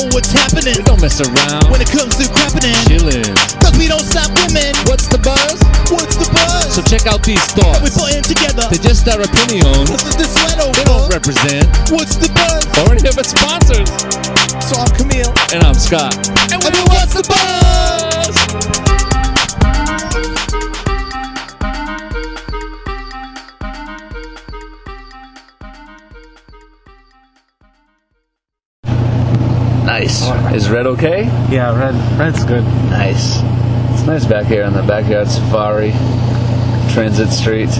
women. We don't mess around. When it comes to crapping, Chillin'. cause we don't stop women. What's the buzz? What's the buzz? So check out these we thoughts. putting together. They're just our opinion. This is this let They don't over. represent What's the buzz? or any of our sponsors. So I'm Camille. And I'm Scott. And we what's the buzz? Nice. Is red okay? Yeah, red. Red's good. Nice. It's nice back here on the backyard safari, Transit Street.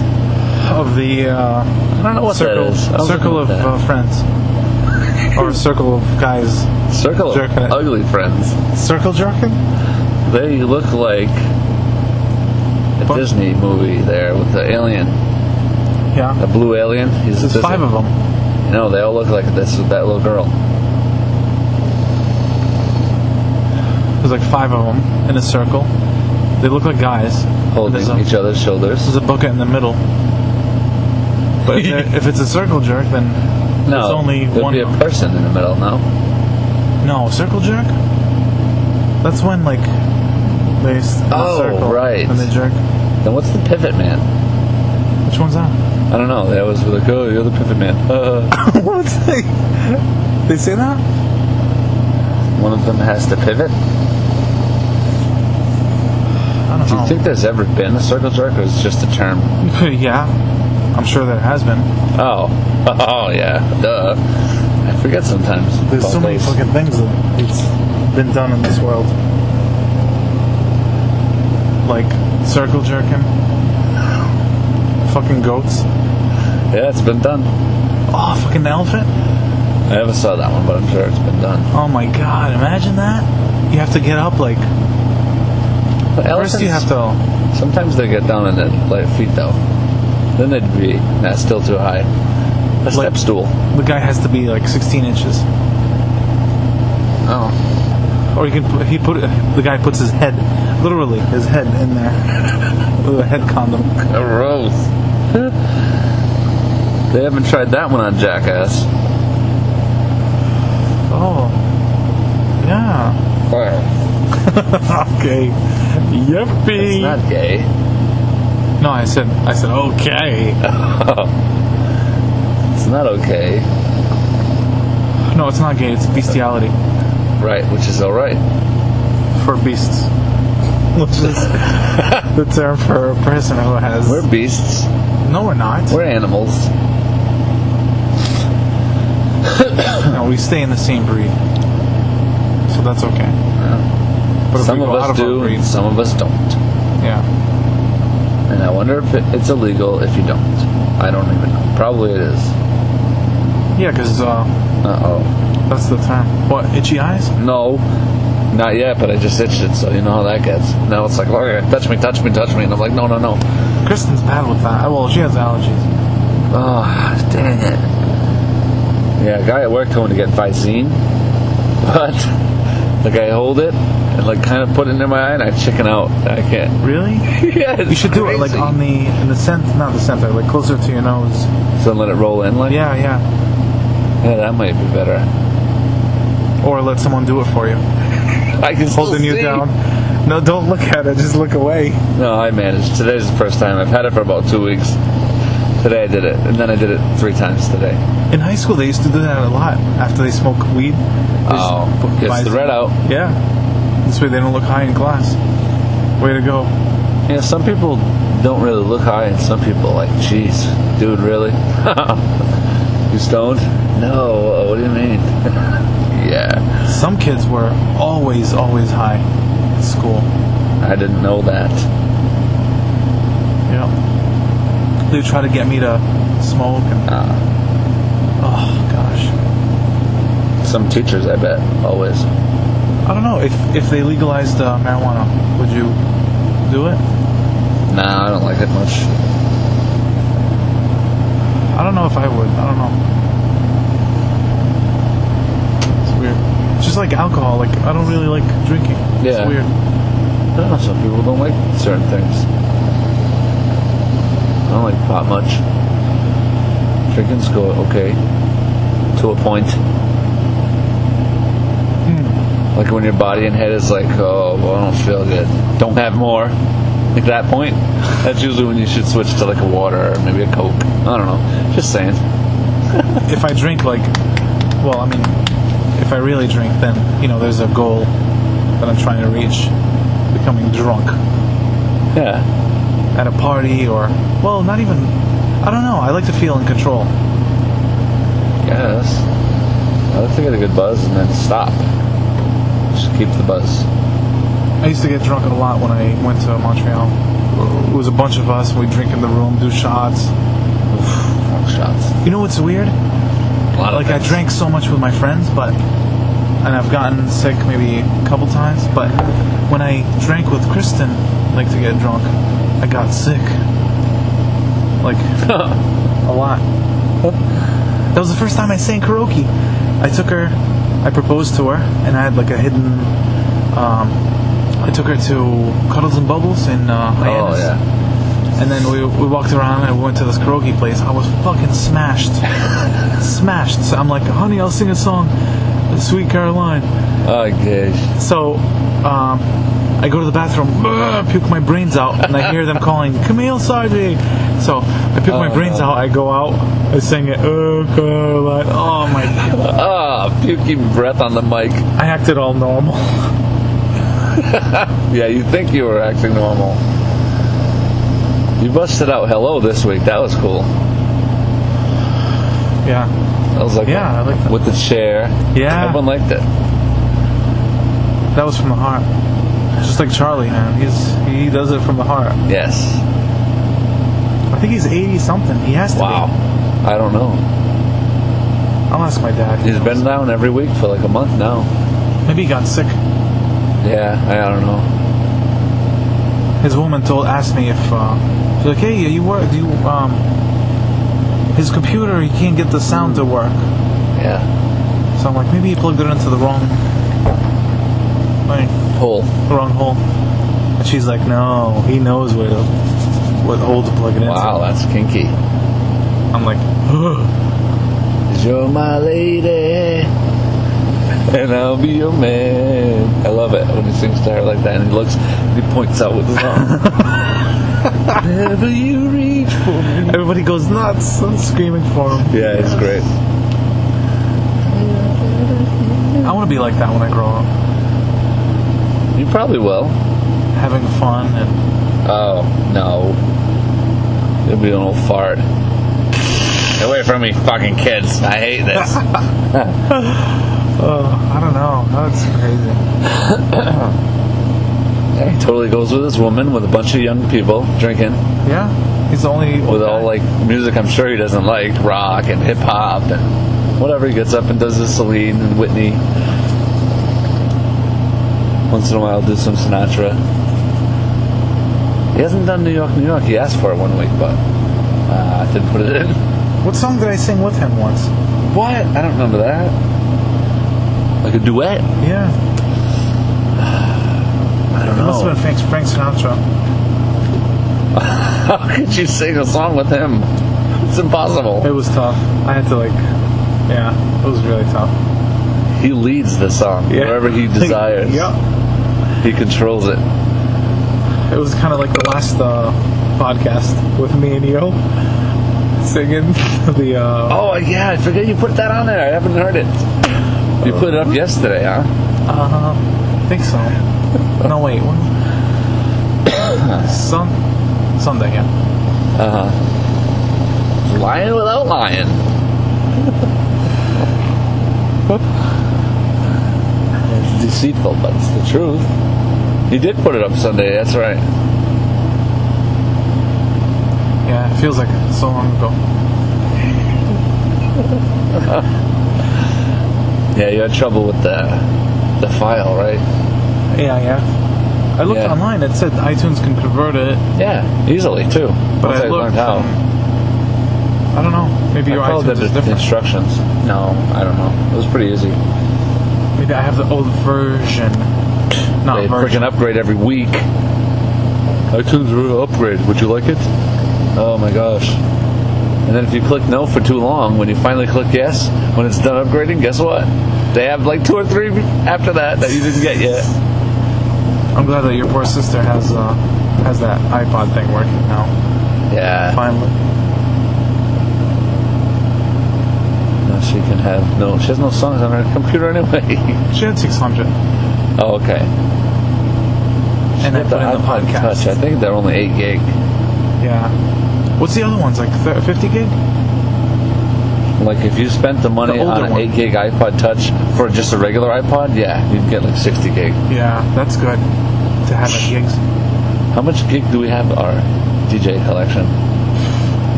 Of the uh, I don't know what that circle. is. I don't Circle know of what that uh, friends, or circle of guys. Circle of Jerking it. ugly friends. Circle jerking? They look like a What? Disney movie there with the alien, the Yeah. blue alien. He's There's five of them. them. No, they all look like this that little girl. There's like five of them in a circle. They look like guys. And holding there's a, each other's shoulders. There's a bucket in the middle. But if, there- if it's a circle jerk, then No, there's only there'd one. be a person in the middle. No, no, circle jerk. That's when like they s- they Oh, circle right. and they jerk. then what's the pivot man? Which one's that? I don't know. They always were like, "Oh, you're the pivot man." Uh, what? They, they say that? one of them has to pivot. I don't Do you know. think there's ever been a circle jerk, or is it just a term? yeah, I'm sure there has been. Oh, oh yeah, duh. I forget sometimes. There's about so many those. fucking things that it's been done in this world, like circle jerking, fucking goats. Yeah, it's been done. Oh, fucking elephant! I never saw that one, but I'm sure it's been done. Oh my god, imagine that! You have to get up like But first. You have elephants- to. Sometimes they get down on their like, feet though. Then they'd be that's still too high. A step stool. The guy has to be like 16 inches, Oh. or you can. put- He put the guy puts his head, literally his head in there with a head condom. Gross. they haven't tried that one on Jackass. Oh, yeah. Okay. It's Yippee. not gay. no, I said I said okay. It's not okay. No, it's not gay. It's bestiality Right, which is alright. for beasts, which is the term for a person who has. We're beasts. no, we're not. We're animals. no, we stay in the same breed, so that's okay. But if Some we of go out us of our do, breed, some of us don't. yeah, And I wonder if it, it's illegal if you don't. I don't even know. Probably it is. yeah, because uh, Uh oh. that's the term. What itchy eyes? No. Not yet, but I just itched it, so you know how that gets. Now it's like, all right, touch me, touch me, touch me. And I'm like, no, no, no. Kristen's bad with that. Well, she has allergies. Oh, dang it. Yeah, a guy at work told me to get Visine, but like I hold it and like kind of put it in my eye and I chicken out. I can't. Really? yeah, it's You should do it like crazy. on the in the center, not the center, like closer to your nose. So let it roll in like? Yeah, yeah. Yeah, that might be better. or let someone do it for you, I can still holding you see. down. No, don't look at it. Just look away. No, I managed. Today's the first time. I've had it for about two weeks. Today I did it, and then I did it three times today. In high school, they used to do that a lot. After they smoke weed, they just Oh, put gets Visine. the red out. Yeah, this way they don't look high in class. Way to go! Yeah, some people don't really look high, and some people like, jeez, dude, really? you stoned? No. What do you mean? yeah, Some kids were always, always high in school. I didn't know that. Yeah, they would try to get me to smoke, and Uh, oh gosh, some teachers, I bet, always. I don't know if if they legalized uh, marijuana, would you do it? Nah, I don't like it much. I don't know if I would. I don't know. It's weird. It's just like alcohol. Like I don't really like drinking. Yeah. It's weird. I don't know, some people don't like certain things. I don't like pot much. Drinking's go okay, to a point. Hmm. Like when your body and head is like, oh, well, I don't feel good. Don't have more. Like that point, that's usually when you should switch to like a water or maybe a Coke. I don't know. Just saying. if I drink like, well, I mean, if I really drink, then you know, there's a goal that I'm trying to reach, becoming drunk Yeah. at a party or, well, not even. I don't know. I like to feel in control. Yes. I like to get a good buzz and then stop. Just keep the buzz. I used to get drunk a lot when I went to Montreal. It was a bunch of us. We drink in the room, do shots. Long shots. You know what's weird? A lot Like of I things. drank so much with my friends, but and I've gotten sick maybe a couple times. But when I drank with Kristen, like to get drunk, I got sick. Like a lot. That was the first time I sang karaoke. I took her, I proposed to her, and I had like a hidden. Um, I took her to Cuddles and Bubbles in uh, Oh Hyannis. yeah. And then we, we walked around and we went to this karaoke place. I was fucking smashed. smashed. So I'm like, honey, I'll sing a song. Sweet Caroline. Oh gosh. So um, I go to the bathroom, brr, puke my brains out, and I hear them calling, Camille Sardi. So I puke my Oh, brains no. out. I go out. I sing it, oh, Caroline. Oh, my. Ah, puking breath on the mic. I acted all normal. Yeah, you think you were acting normal. You busted out hello this week. That was cool. Yeah. That was like Yeah, I like that. with the chair. Yeah. everyone liked it. That was from the heart. Just like Charlie, man. He's, he does it from the heart. Yes. I think he's 80 something. He has to Wow. be. I don't know. I'll ask my dad. He's been down every week for like a month now. Maybe he got sick. Yeah, I, I don't know. His woman told asked me if uh, she's like, hey, you work? Do you um? His computer, he can't get the sound to work. Yeah. So I'm like, maybe he plugged it into the wrong, like, Hole. wrong hole. And she's like, no, he knows where to, what hole to plug it into. Wow, that's kinky. I'm like, Ugh. You're my lady, and I'll be your man. I love it when he sings to her like that, and he looks, and he points out with his arm. Whenever you reach for me. everybody goes nuts. I'm screaming for him. Yeah, it's great. I want to be like that when I grow up, You probably will. having fun and Oh no, you'll be an old fart. Get away from me, fucking kids! I hate this. uh, I don't know. That's crazy. Yeah, he totally goes with this woman with a bunch of young people drinking Yeah, he's the only with all like music I'm sure he doesn't like rock and hip hop and whatever he gets up and does is Celine and Whitney. Once in a while, do some Sinatra. He hasn't done New York, New York. He asked for it one week, but uh, I didn't put it in. What song did I sing with him once? What? I don't remember that. Like a duet? Yeah. I don't It must have know. been Frank, Frank Sinatra. How could you sing a song with him? It's It impossible. was tough. I had to like, yeah, it was really tough. He leads the song Yeah. wherever he desires. yeah. He controls it. It was kind of like the last uh, podcast with me and you singing the. Uh, Oh yeah, I forget you put that on there. I haven't heard it. You put it up yesterday, huh? uh, I think so. No wait, when? Sun, Sunday, yeah. Lying without lying. it's deceitful, but it's the truth. You did put it up Sunday. That's right. Yeah, it feels like so long ago. Yeah, you had trouble with the the file, right? Yeah, yeah. I looked Yeah. online. It said iTunes can convert it, Yeah, easily too. but Once I looked. learned how. um, I don't know. Maybe your I followed iTunes the is different. instructions. No, I don't know. It was pretty easy. Maybe I have the old version. Not They version. freaking upgrade every week. iTunes will upgrade. Would you like it? Oh my gosh. And then if you click no for too long, when you finally click yes, when it's done upgrading, guess what? They have like two or three after that that you didn't get yet. I'm glad that your poor sister has uh, has that iPod thing working now. Yeah. Finally. No, she can have no. She has no songs on her computer anyway. She had 600. oh, okay. She And I got the put in the iPod podcast. Touch. I think they're only eight gig. Yeah. What's the other ones? Like thir 50 gig? Like if you spent the money The older on an one. eight gig iPod Touch for just a regular iPod, yeah, you'd get like sixty gig. Yeah, that's good to have at gigs. How much gig do we have in our DJ collection?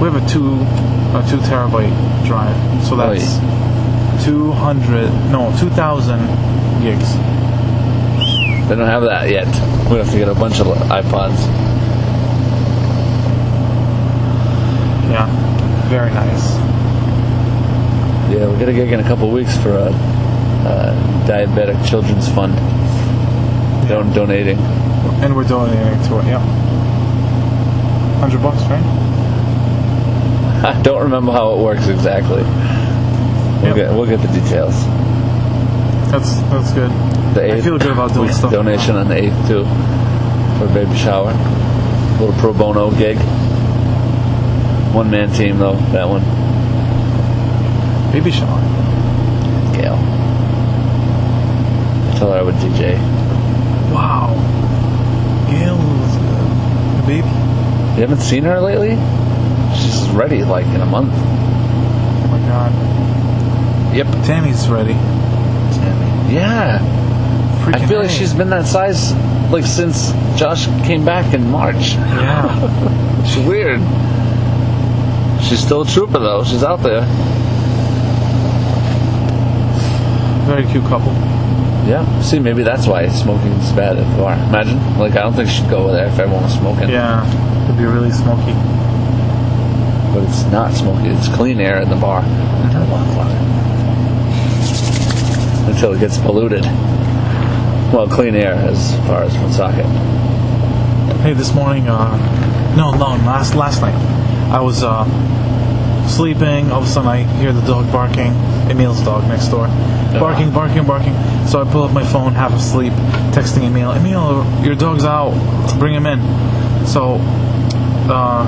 We have a two a two terabyte drive, so Wait. that's 200 no 2,000 gigs. They don't have that yet. We have to get a bunch of iPods. Yeah, very nice. Yeah, we get a gig in a couple weeks for a, uh diabetic children's fund. Don- donating. And we're donating to it. Yep. Hundred bucks, right? I don't remember how it works exactly. We'll, Yep. get, we'll get the details. That's that's good. The I feel good about doing we- stuff. Donation on the eighth too for a baby shower. little pro bono gig. One man team though. That one. Baby shower. Gail. Tell her I would DJ. Wow. Gail was a baby. You haven't seen her lately? She's ready like in a month. Oh my god. Yep. Tammy's ready. Yeah. Freaking I feel like A. she's been that size like since Josh came back in March. Yeah. It's weird. She's still a trooper though. She's out there. Very cute couple. Yeah. See, maybe that's why smoking's bad at the bar. Imagine. Like, I don't think she'd go over there if everyone was smoking. Yeah. It'd be really smoky. But it's not smoky. It's clean air in the bar. Until it gets polluted. Well, clean air as far as Woonsocket. Hey, this morning, uh, no, no, last last night, I was uh, sleeping. All of a sudden, I hear the dog barking. Emil's dog next door, barking, barking, barking. So I pull up my phone, half asleep, texting Emil. Emil, your dog's out. Bring him in. So, uh,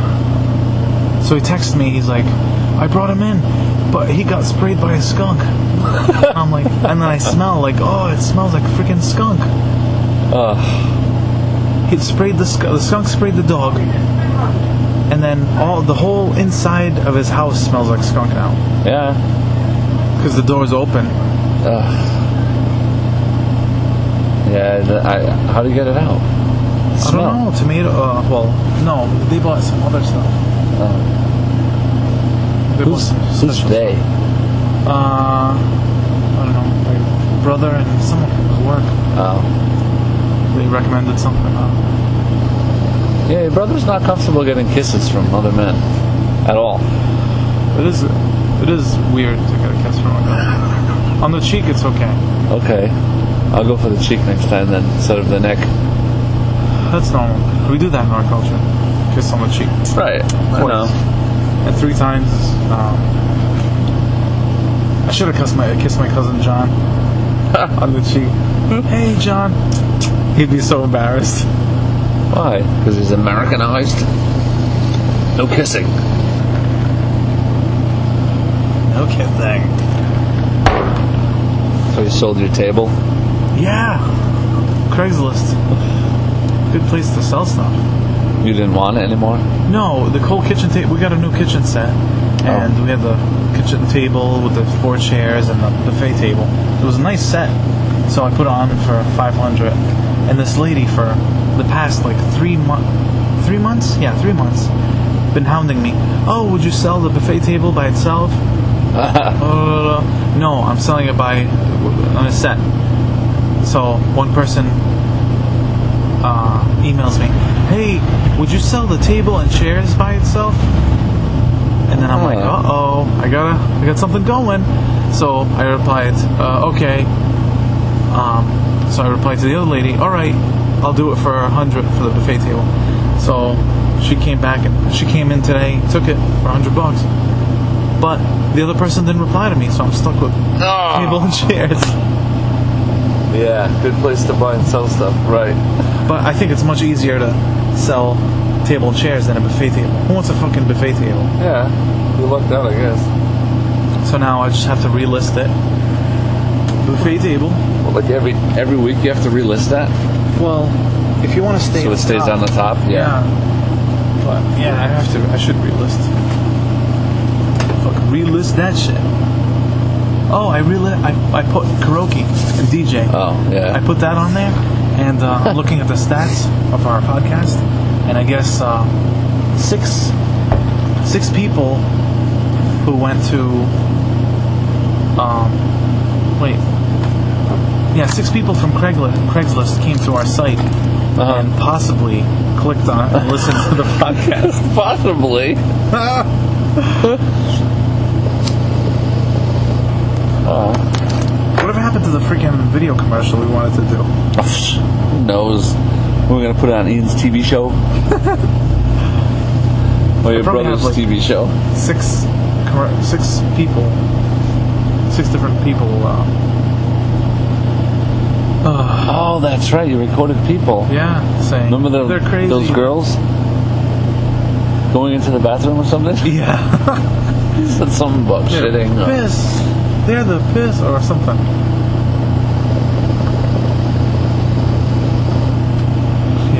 so he texts me. He's like, I brought him in, but he got sprayed by a skunk. I'm like, and then I smell like, oh, it smells like freaking skunk. Ugh. He sprayed the, sk- the skunk sprayed the dog, and then all the whole inside of his house smells like skunk now Yeah. because the door's open. Ugh. Uh, Yeah, th- I, how do you get it out? I Smell. don't know tomato. Uh, well, no, they bought some other stuff. Uh, Oh. They bought Who's, some who's special- they? Uh, I don't know, my brother and someone from his work. Oh. They recommended something. Uh, Yeah, your brother's not comfortable getting kisses from other men. At all. it is, it is weird to get a kiss from a girl. On the cheek, it's okay. Okay. I'll go for the cheek next time then, instead of the neck. That's normal. We do that in our culture. Kiss on the cheek. Right. I Twice. know. And three times. Um, I should have kissed my kissed my cousin John on the cheek. Hey, John. He'd be so embarrassed. Why? Because he's Americanized. No kissing. No kidding. So you sold your table? Yeah. Craigslist. Good place to sell stuff. You didn't want it anymore? No, the cold kitchen table. We got a new kitchen set, and we had the kitchen table with the four chairs and the buffet table. It was a nice set, so I put it on for 500. And this lady for the past like three months, three months, yeah, three months, been hounding me. Oh, would you sell the buffet table by itself? Uh, no, I'm selling it by on a set. So one person uh, emails me, "Hey, would you sell the table and chairs by itself?" And then I'm like, Huh. "Uh oh, I gotta, I got something going." So I replied, uh, "Okay." Um, so I replied to the other lady, "All right, I'll do it for a hundred for the buffet table." So she came back and she came in today, took it for a hundred bucks. But the other person didn't reply to me, so I'm stuck with Ah. table and chairs. Yeah, good place to buy and sell stuff, right? But I think it's much easier to sell table and chairs than a buffet table. Who wants a fucking buffet table? Yeah, you lucked out, I guess. So now I just have to relist it. Buffet table. Well, like every every week, you have to relist that Well, if you want to stay, so it stays on the top. Yeah. But yeah, I have to. I should relist. Fuck, relist that shit. Oh, I relit. I I put karaoke and DJ. Oh, yeah. I put that on there, and uh, I'm looking at the stats of our podcast, and I guess uh, six six people who went to um wait yeah six people from Craigslist Craigslist came to our site and possibly clicked on it and listened to the podcast. Possibly. Whatever happened to the freaking video commercial we wanted to do? Who knows? We're gonna put it on Ian's TV show. or your probably brother's have, like- TV show. six commer- six people, six different people. Uh, Oh, that's right. You recorded people. yeah, saying Remember the, they're crazy. those girls going into the bathroom or something? Yeah, You said something about they're shitting. or- piss. They're the piss or something.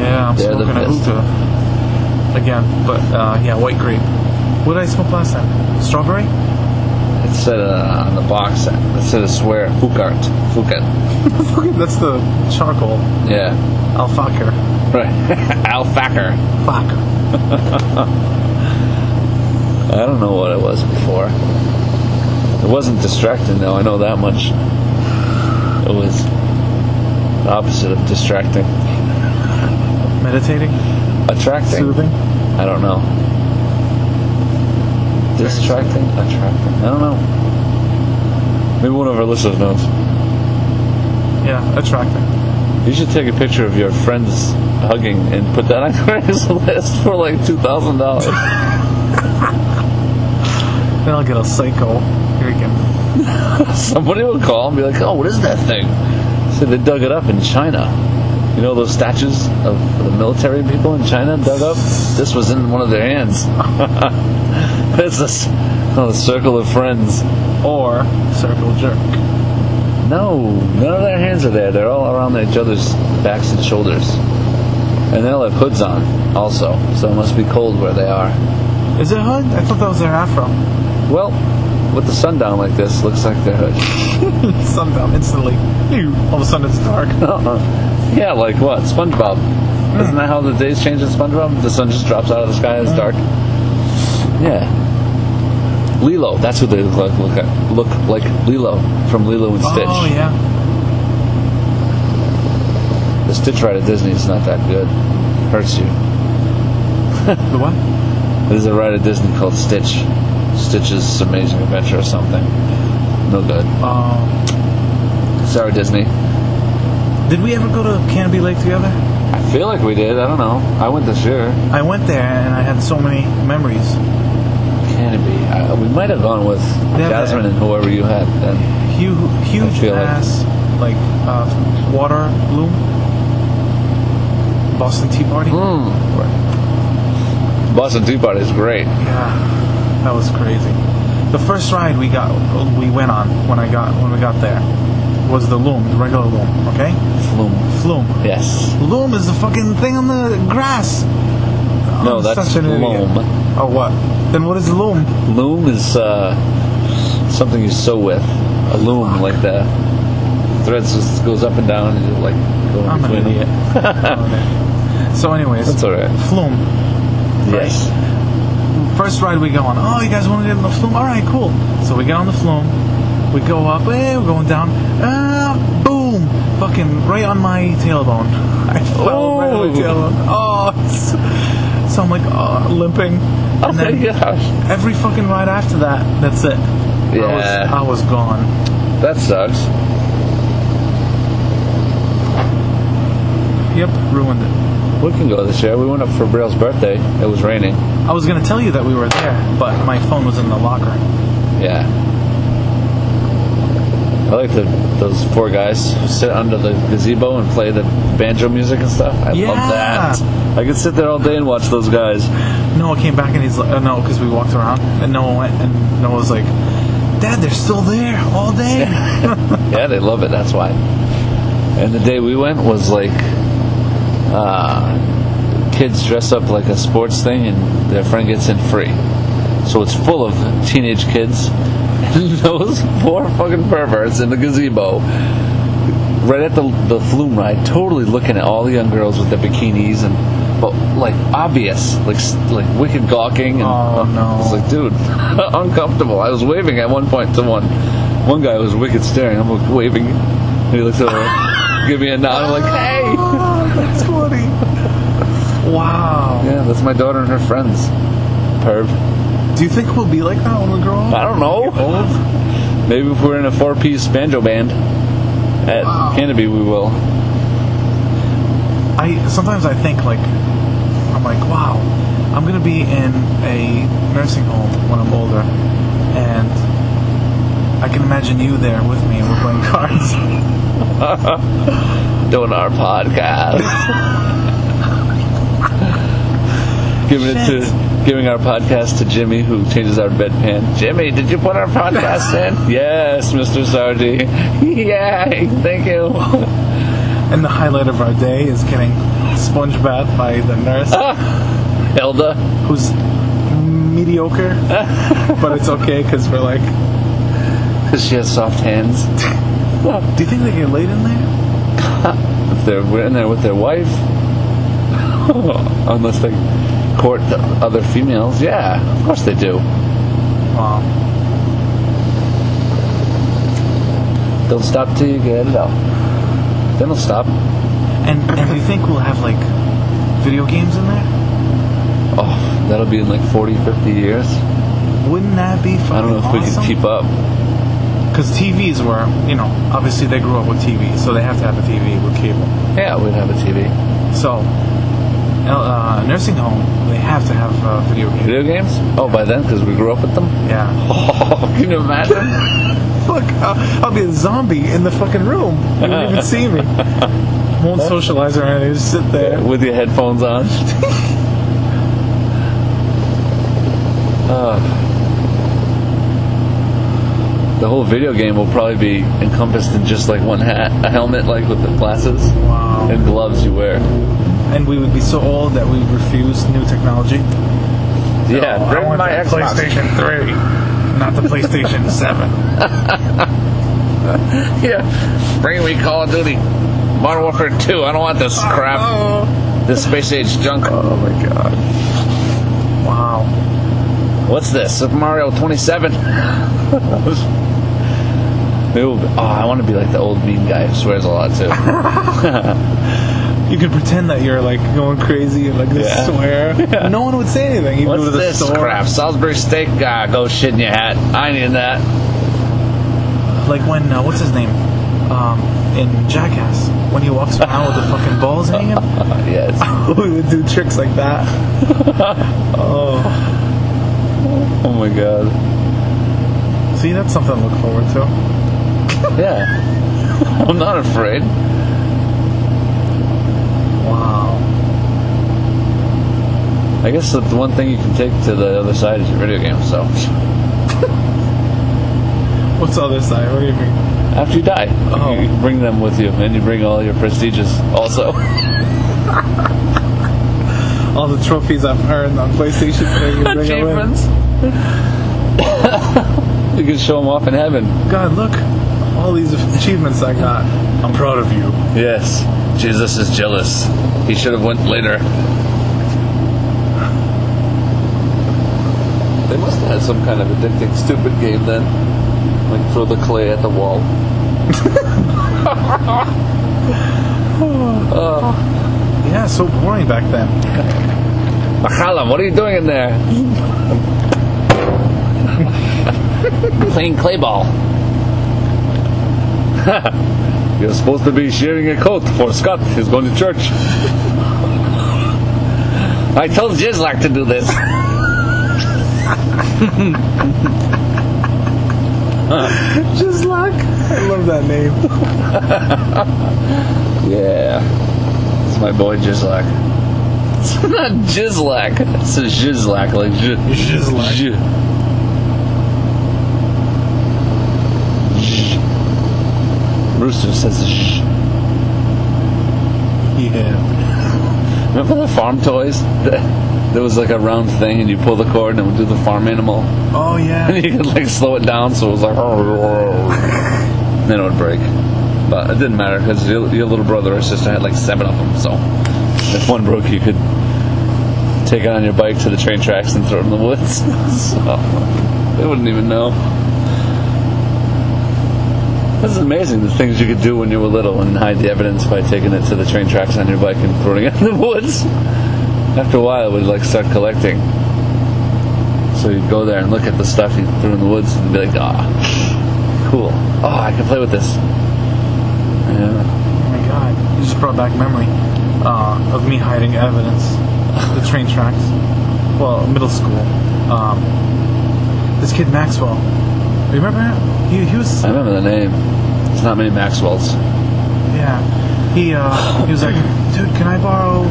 Yeah, I'm They're the smoking a piss. hookah again, but uh, yeah, white grape. What did I smoke last time? Strawberry? It said uh, on the box. It said a swear. Fukart. Fukat. That's the charcoal Yeah. alfalfa. Right. Al Facker. Fuck. I don't know what it was before. It wasn't distracting, though. I know that much. It was the opposite of distracting. Meditating, Attracting. soothing. I don't know. Distracting? Attracting. I don't know. Maybe one of our listeners knows. Yeah, attracting. You should take a picture of your friends hugging and put that on Craigslist for like two thousand dollars. Then I'll get a psycho. Here we go. Somebody will call and be like, "Oh, what is that thing?" So they dug it up in China. You know those statues of the military people in China dug up. This was in one of their hands. it's a, s- oh, the circle of friends. Or circle jerk. No, none of their hands are there. They're all around each other's backs and shoulders, and they all have hoods on, also. So it must be cold where they are. Is it hood? I thought that was their afro. Well, with the sun down like this, looks like their hood. Sundown instantly. Ew. All of a sudden it's dark. yeah, like what? SpongeBob. Isn't that how the days change in SpongeBob? The sun just drops out of the sky and it's dark. Yeah. Lilo, that's what they look like. Look, at, look like Lilo from Lilo and Stitch. Oh yeah. The Stitch ride at Disney is not that good. Hurts you. The what? There's a ride at Disney called Stitch. Stitch's Amazing Adventure or something. No good. Oh. Sorry, Disney. did we ever go to Canopy Lake together? I feel like we did. I don't know. I went this year. I went there and I had so many memories. Can it be? I, we might have gone with Yeah, Jasmine but- and whoever you had then. Huge, huge feel like- ass like, uh, water bloom. Boston Tea Party. Hmm. Boston Tea Party is great. Yeah, that was crazy. The first ride we got, we went on when I got when we got there, was the loom, the regular loom. Okay, Flume. flume. Yes. Loom is the fucking thing on the grass. No, I'm that's such an idiot. loam. Oh what? Then what is loom? Loom is uh, something you sew with. A loom, like the threads just goes up and down and you like go in I'm an between them. idiot. Okay. so, anyways, That's all right. flume. Yes. First ride we go on. Oh, you guys want to get on the flume? All right, cool. So we get on the flume. We go up. Hey, we're going down. Ah, boom! Fucking right on my tailbone. I fell right on my Ooh. tailbone. Oh, it's- so I'm like oh, limping. Oh And my then gosh. every fucking ride after that, that's it. Yeah. I was, I was gone. That sucks. Yep, ruined it. We can go this year. We went up for Braille's birthday. It was raining. I was gonna tell you that we were there, but my phone was in the locker. Yeah. I like the, those four guys who sit under the gazebo and play the banjo music and stuff. I Yeah. love that. I could sit there all day and watch those guys. Noah came back and he's like, uh, no, because we walked around and Noah went and Noah was like, Dad, they're still there all day. Yeah, they love it. That's why. And the day we went was like uh, kids dress up like a sports thing, and their friend gets in free. So it's full of teenage kids and those four fucking perverts in the gazebo. Right at the, the flume ride, totally looking at all the young girls with their bikinis and, but like obvious, like s- like wicked gawking. And, Oh, no. It's like, dude, uncomfortable. I was waving at one point to one. One guy was wicked staring. I'm like, waving. And he looks over, give me a nod. I'm like, hey. Ah, that's funny. Wow. Yeah, that's my daughter and her friends. Perv. Do you think we'll be like that when we grow up? I don't know. Old? Maybe if we're in a four-piece banjo band at Wow. Canterbury, we will. I sometimes I think like I'm like, wow, I'm gonna be in a nursing home when I'm older, and I can imagine you there with me. and We're playing cards. Doing our podcast. giving it to giving our podcast to Jimmy, who changes our bedpan. Jimmy, did you put our podcast in? yes, Mr. Sardi. Yay! Thank you. and the highlight of our day is getting sponge bath by the nurse, Ah. Hilda. who's mediocre, but it's okay because we're like, She has soft hands. do you think they get laid in there? If they're we're in there with their wife, unless they court the other females. Yeah, of course they do. Wow. Don't stop till you get it out. They don't stop. And and you think we'll have like video games in there? Oh, that'll be in like 40, 50 years. Wouldn't that be? I don't know if we can keep up. Because TVs were, you know, obviously they grew up with TV, so they have to have a TV with cable. Yeah, we'd have a TV. So, uh, nursing home, they have to have uh, video games. Video games? Oh, by then, because we grew up with them? Yeah. Oh, can you imagine? Look, I'll, I'll be a zombie in the fucking room. You won't even see me. Won't socialize or anything. Just sit there. with your headphones on. Ah. the whole video game will probably be encompassed in just like one hat, a helmet, like with the glasses Wow. and gloves you wear. And we would be so old that we would refuse new technology. yeah, Oh, I bring want my the Xbox. PlayStation 3, not the PlayStation 7. Yeah, bring me Call of Duty, Modern Warfare 2. I don't want this crap, Oh, this space age junk. oh my god. Wow. What's this? Super Mario 27? Maybe we'll be- oh, I want to be like the old mean guy who swears a lot too. You could pretend that you're like going crazy and like this Yeah. swear. No one would say anything. You'd go What's to the this store. crap? Salisbury steak? Ah, go shit in your hat. I need that. Like when uh, what's his name um, in Jackass when he walks around with the fucking balls hanging. Uh, yes. we would do tricks like that. oh, Oh my god. see, that's something to look forward to. Yeah. I'm not afraid. Wow. I guess that's the one thing you can take to the other side is your video game. So What's the other side? What do you mean? after you die, Oh. you bring them with you, and you bring all your prestiges also. All the trophies I've earned on PlayStation. that you bring away. Achievements. you can show them off in heaven. God, look, all these achievements I got. I'm proud of you. Yes, Jesus is jealous. He should have went later. They must have had some kind of addicting, stupid game then. Like throw the clay at the wall. Yeah, so boring back then. Mahalam, what are you doing in there? Playing clay ball. You're supposed to be shearing a coat for Scott. He's going to church. I told Jizlak to do this. Just luck. I love that name. Yeah. It's my boy Jizlak. It's not Jizlak. It's a Jizlak. Like j- Jizlak. J- J- Rooster says sh. Yeah. Remember the farm toys? That- There was like a round thing, and you pull the cord, and it would do the farm animal. Oh yeah. And you could like slow it down, so it was like. then it would break. But it didn't matter because your, your little brother or sister had like seven of them. So if one broke, you could take it on your bike to the train tracks and throw it in the woods. so they wouldn't even know. This is amazing the things you could do when you were little and hide the evidence by taking it to the train tracks on your bike and throwing it in the woods. After a while, it would like start collecting. So you'd go there and look at the stuff you threw in the woods and be like, ah, cool. Oh, I can play with this. Yeah. Oh my god. You just brought back memory uh, of me hiding evidence. The train tracks. Well, middle school. Um, this kid Maxwell. Remember him? He, he was I remember the name. There's not many Maxwells. Yeah. He uh, he was like, dude, can I borrow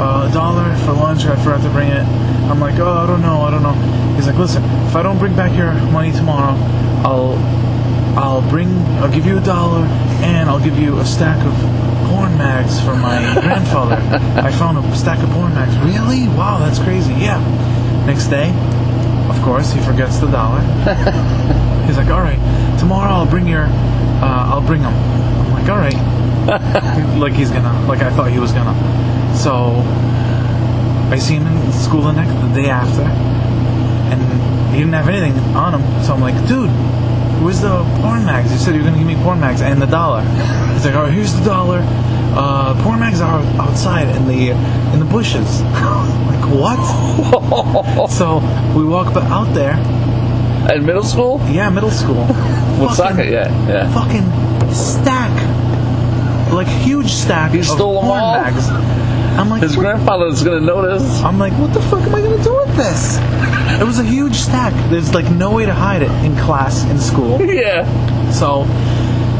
uh, a dollar for lunch? I forgot to bring it. I'm like, oh, I don't know, I don't know. He's like, listen, if I don't bring back your money tomorrow, I'll I'll bring I'll give you a dollar and I'll give you a stack of porn mags from my grandfather. I found a stack of porn mags. Really? Wow, that's crazy. Yeah. Next day, of course, he forgets the dollar. He's like, all right, tomorrow I'll bring your, uh, I'll bring them. I'm like, all right. like he's gonna, like I thought he was gonna. So I see him in school the next, the day after, and he didn't have anything on him. So I'm like, dude, where's the porn mags? You said you were gonna give me porn mags and the dollar. He's like, all right, here's the dollar. Uh, porn mags are outside in the in the bushes. I'm like what? so we walk ba- out there. At middle school? Yeah, middle school. Well, soccer, yeah, yeah. Fucking stack, like huge stack. He of stole 'em porn all? bags. I'm like, His what- grandfather's gonna notice. I'm like, what the fuck am I gonna do with this? It was a huge stack. There's like no way to hide it in class in school. Yeah. So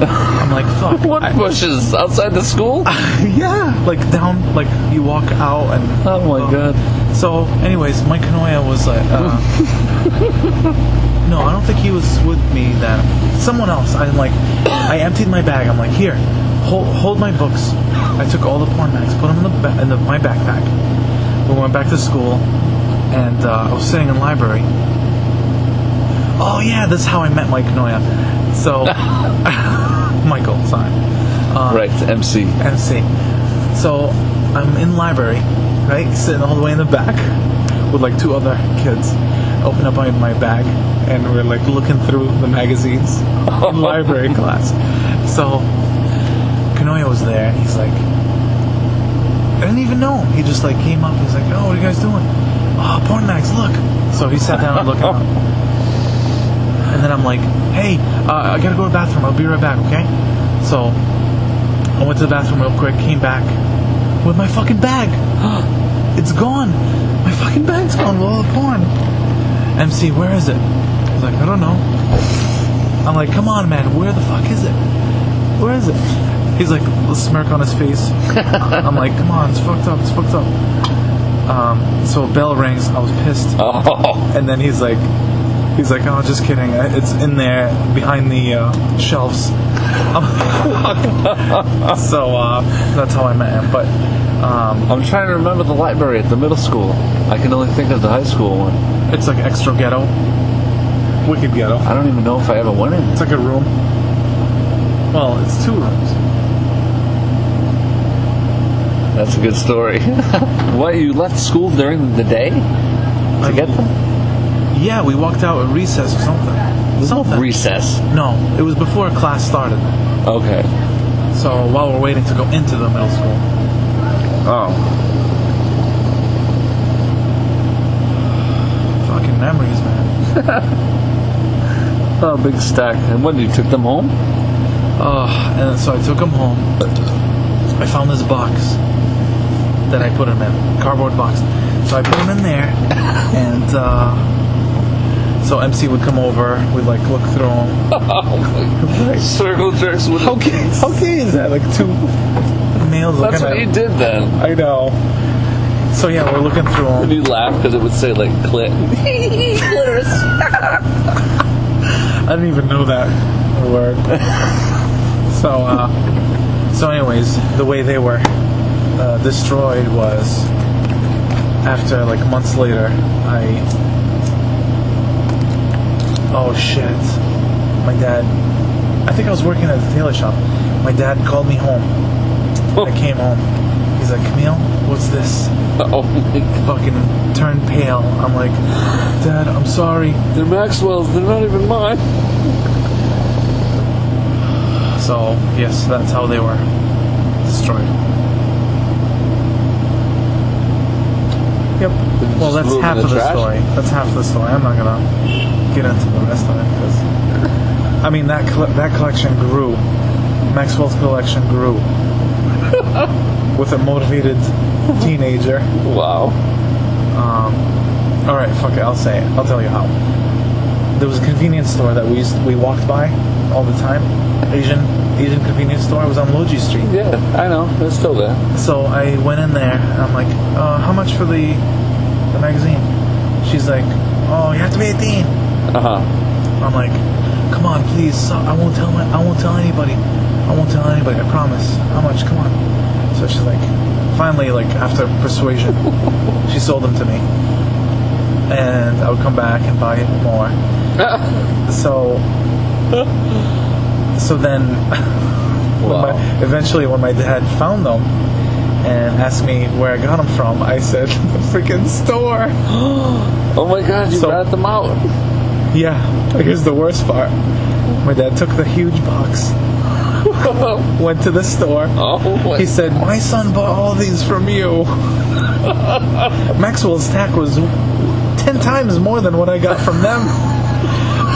I'm like, fuck. What bushes outside the school? yeah, like down, like you walk out and. um, Oh my god. So, anyways, Mike Kanoya was like, uh, no, I don't think he was with me then. Someone else. I'm like, I emptied my bag. I'm like, here, hold, hold my books. I took all the porn bags, put them in the, ba- in the my backpack. We went back to school, and uh, I was sitting in the library. Oh yeah, this is how I met Mike Kanoya. So, Michael, sorry. Right, MC. MC. So I'm in library, right? Sitting all the way in the back with like two other kids. Open up my, my bag and we're like looking through the magazines in library class. So Kanoya was there and he's like, I didn't even know him. He just like came up. He's like, "Oh, what are you guys doing? Oh, porn mags, look." So he sat down and looked at them. And then I'm like, "Hey, uh, I gotta go to the bathroom. I'll be right back, okay?" So I went to the bathroom real quick, came back with my fucking bag. it's gone. My fucking bag's gone. with all the porn. MC, where is it? He's like, I don't know. I'm like, come on, man. Where the fuck is it? Where is it? He's like, a smirk on his face. I'm like, come on, it's fucked up. It's fucked up. Um, so a bell rings. I was pissed. Oh, And then he's like, he's like, oh, just kidding. I- It's in there behind the uh, shelves. so uh, that's how I met him. But um, I'm trying to remember the library at the middle school. I can only think of the high school one. it's like extra ghetto, wicked ghetto. I don't even know if I ever went in. It's like a room. Well, it's two rooms. That's a good story. what, you left school during the day to get them? Yeah, we walked out at recess or something. Something. Recess. no, it was before class started. Okay. So while we're waiting to go into the middle school. Oh. Fucking memories, man. Oh, big stack. And when you took them home? Ugh, and so I took him home. I found this box that I put him in, cardboard box. So I put him in there, and uh, So MC would come over. We'd like look through them. Circle jerks with How gay, how gay is that? Like two males looking That's at what you did then. I know. So yeah, we're looking through them. And you laughed because it would say like clit. I didn't even know that word. so, uh, so anyways, the way they were uh, destroyed was after like months later. I oh shit, my dad. I think I was working at the tailor shop. My dad called me home. I came home. He's like, Camille, what's this? Oh my god. Fucking turned pale. I'm like, Dad, I'm sorry. They're Maxwell's, they're not even mine. So yes, that's how they were destroyed. Yep. Well, just that's threw them half in of the the trash? story. That's half of the story. I'm not gonna get into the rest of it because I mean that colle that collection grew. Maxwell's collection grew with a motivated teenager. Wow. All right, fuck it. I'll say it. I'll tell you how. There was a convenience store that we used, we walked by all the time. Asian Asian convenience store. It was on Loji Street. Yeah, I know. They're still there. So I went in there and I'm like, uh, how much for the the magazine? She's like, oh, you have to be 18. Uh huh. I'm like, come on, please. So I won't tell my, I won't tell anybody. I won't tell anybody. I promise. How much? Come on. So she's like, finally, like after persuasion, she sold them to me, and I would come back and buy it more. so, so then, when Wow. my, eventually, when my dad found them and asked me where I got them from, I said, the freaking store. Oh my god, you So- rat them out. Yeah, here's the worst part. My dad took the huge box, oh went to the store. my He said, My son bought all these from you. Maxwell's tack was 10 times more than what I got from them.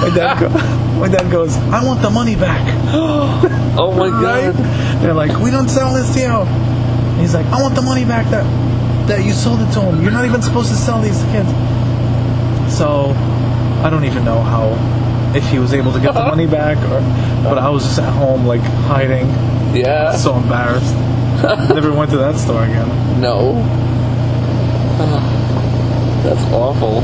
My dad, go- my dad goes, I want the money back. Oh my Right? god. They're like, We don't sell this to you. And he's like, I want the money back that, that you sold it to him. You're not even supposed to sell these to kids. So I don't even know how, if he was able to get the money back, or, but I was just at home, like, hiding. Yeah. So embarrassed. Never went to that store again. No. Ah, That's awful.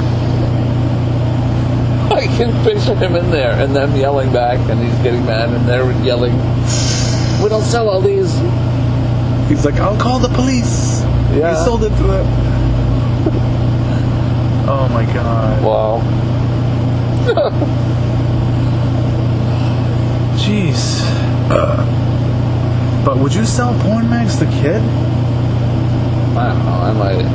I can picture him in there and them yelling back, and he's getting mad, and they're yelling, We don't sell all these. He's like, I'll call the police. Yeah. He sold it to them. oh my god. Wow. Jeez. But would you sell porn mags to kid? I don't know. I might.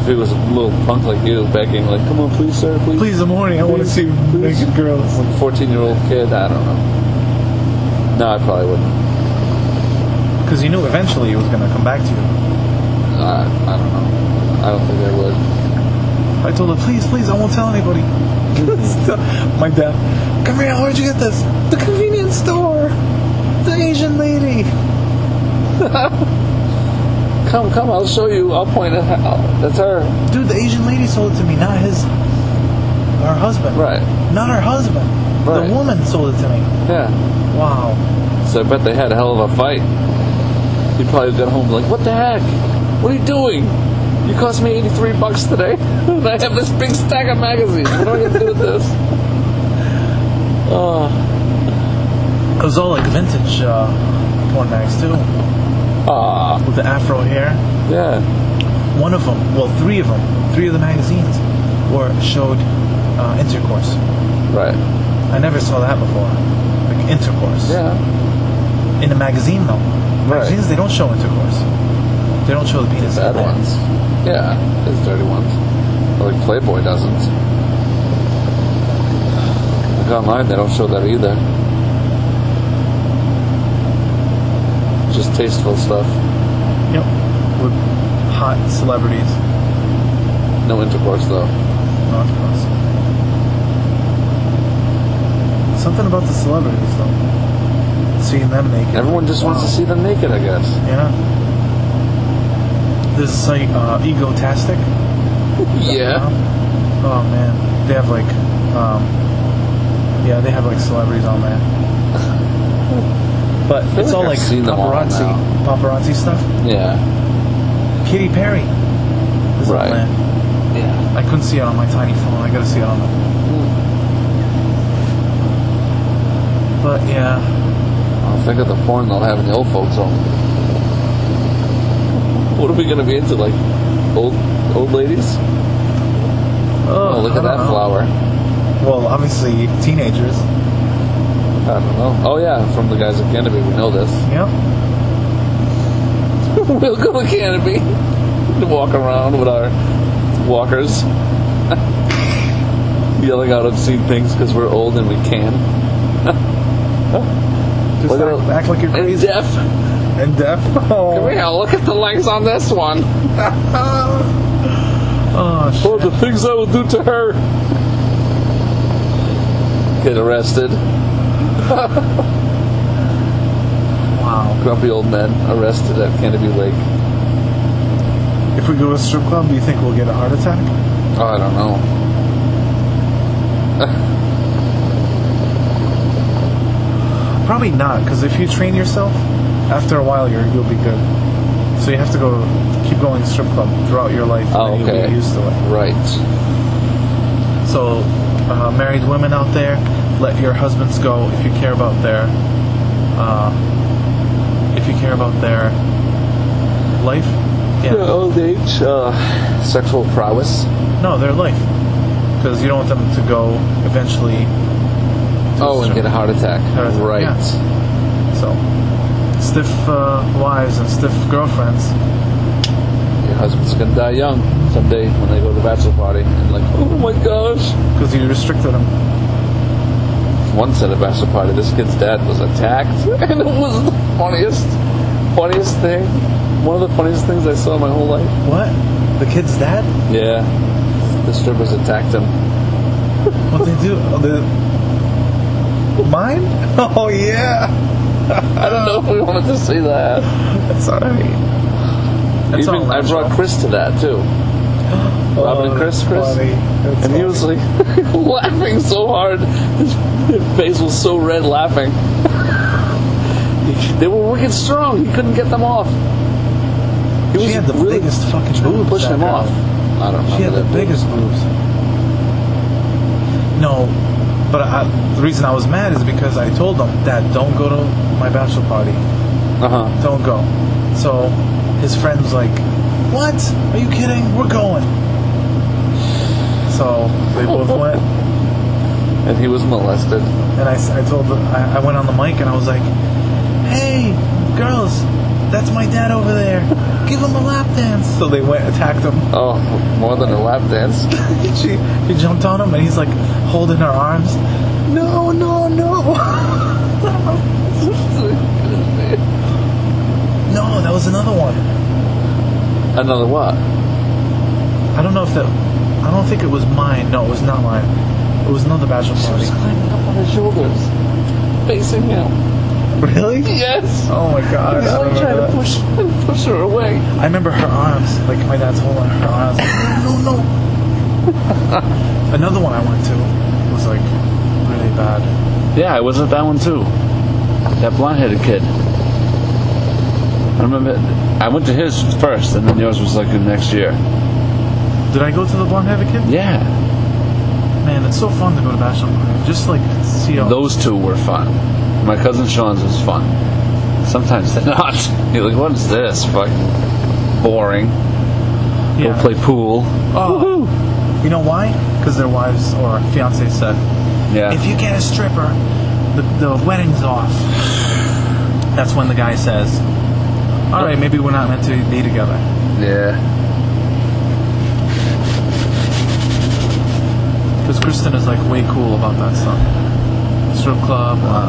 If he was a little punk like you, begging, like, Come on, please, sir, please. Please, I'm horny. I want to Please, see please. naked girls. 14 year old kid, I don't know. No, I probably wouldn't. Because you knew eventually he was going to come back to you. I, I don't know. I don't think I would. I told her, please, please, I won't tell anybody. Mm-hmm. Still- my dad, come here, where'd you get this? The convenience store. The Asian lady. Come, come, I'll show you. I'll point it out. That's her. Dude, the Asian lady sold it to me, not his. Her husband. Right. Not her husband. Right. The woman sold it to me. Yeah. Wow. So I bet they had a hell of a fight. He probably got home like, what the heck? What are you doing? You cost me 83 bucks today, and I have this big stack of magazines. What am I going to do with this? Uh, It was all like vintage uh, porn mags too, ah, with the afro hair. yeah. One of them, well, three of them, three of the magazines were showed uh, intercourse. Right. I never saw that before, like intercourse. Yeah. In a magazine though, magazines they don't show intercourse. They don't show the penis. Bad ones. Yeah. There's dirty ones. But, like Playboy doesn't. Like online, they don't show that either. Just tasteful stuff. Yep. With hot celebrities. No intercourse though. No intercourse. Something about the celebrities though. Seeing them naked. Everyone just wants to see them naked, I guess. Yeah. This is like uh, egotastic. Yeah. Oh man. They have like, um, yeah, they have like celebrities on there. But feel it's like all I've like seen them all paparazzi, paparazzi stuff. Yeah. Katy Perry. is on Right. there. Yeah. I couldn't see it on my tiny phone. I gotta see it on the. But yeah, I'll think of the porn they'll have in the old folks home. What are we gonna be into? Like old old ladies? oh, Oh, look I at don't that know. flower. Well, obviously teenagers. I don't know. Oh yeah, from the guys at Canopy, we know this. Yep. we'll go to Canopy to walk around with our walkers, yelling out obscene things because we're old and we can. Just Look at act, her- act like you're And he's crazy deaf. and deaf. Oh. Yeah, look at the legs on this one. Oh, shit. Oh, the things I will do to her. Get arrested. Wow. Grumpy old men arrested at Canopy Lake. If we go to a strip club, do you think we'll get a heart attack? Oh, I don't know. Probably not, because if you train yourself, after a while you're, you'll be good. So you have to go keep going to strip club throughout your life, and Oh, then you'll okay. be used to it. Right. So, uh, married women out there, let your husbands go if you care about their, uh, if you care about their life. Yeah, Yeah. old age, uh, sexual prowess. No, their life, because you don't want them to go eventually. to Oh, and strip get a heart attack. Heart attack, Right. yeah. So, stiff uh, wives and stiff girlfriends. Your husband's gonna die young someday when they go to the bachelor party. And like, oh my gosh. Because you restricted them. Once at a bachelor party, this kid's dad was attacked, and it was the funniest, funniest thing. One of the funniest things I saw in my whole life. What? The kid's dad? Yeah, the strippers attacked him. What they do? Oh, the mine? Oh yeah, I don't know if we wanted to see that. that's all right. That's Even all I brought natural. Chris to that too. Robin and Chris, that's Chris. funny. That's And he was funny. like laughing so hard, his face was so red laughing. they were wicked strong. He couldn't get them off. He she had the really biggest fucking boobs. pushing that them girl. off. I don't know. She had the biggest boobs. No, but I, the reason I was mad is because I told them, Dad, don't go to my bachelor party. Uh huh. don't go. So his friend's like, What? Are you kidding? We're going. So they both went, And he was molested. and I, s- I told the, I, I went on the mic and I was like, Hey, girls, that's my dad over there. Give him a lap dance. So they went, attacked him. Oh, more than a lap dance. she, he jumped on him and he's like holding her arms. No, no, no. no, that was another one. Another what? I don't know if that. I don't think it was mine. No, it was not mine. It was another bachelor party. climbing up on his shoulders, facing him. Really? Yes. Oh my god! He's I, like trying remember to that. push, push her away. I remember her arms. Like my dad's holding her arms. Like, no, no, no. another one I went to was like really bad. Yeah, I was at that one too. That blonde-headed kid. I remember. I went to his first, and then yours was like the next year. Did I go to the blonde headed kid? Yeah, Man, it's so fun to go to bachelor party. Just like see all. those two were fun. My cousin Sean's was fun. Sometimes they're not. You're like, what is this? Fuck, boring. yeah. Go play pool. Oh. Woohoo. You know why? Because their wives or fiancés said, Yeah. If you get a stripper, the, the wedding's off. That's when the guy says, All right, maybe we're not meant to be together. yeah. Because Kristen is like way cool about that stuff. Strip club, uh,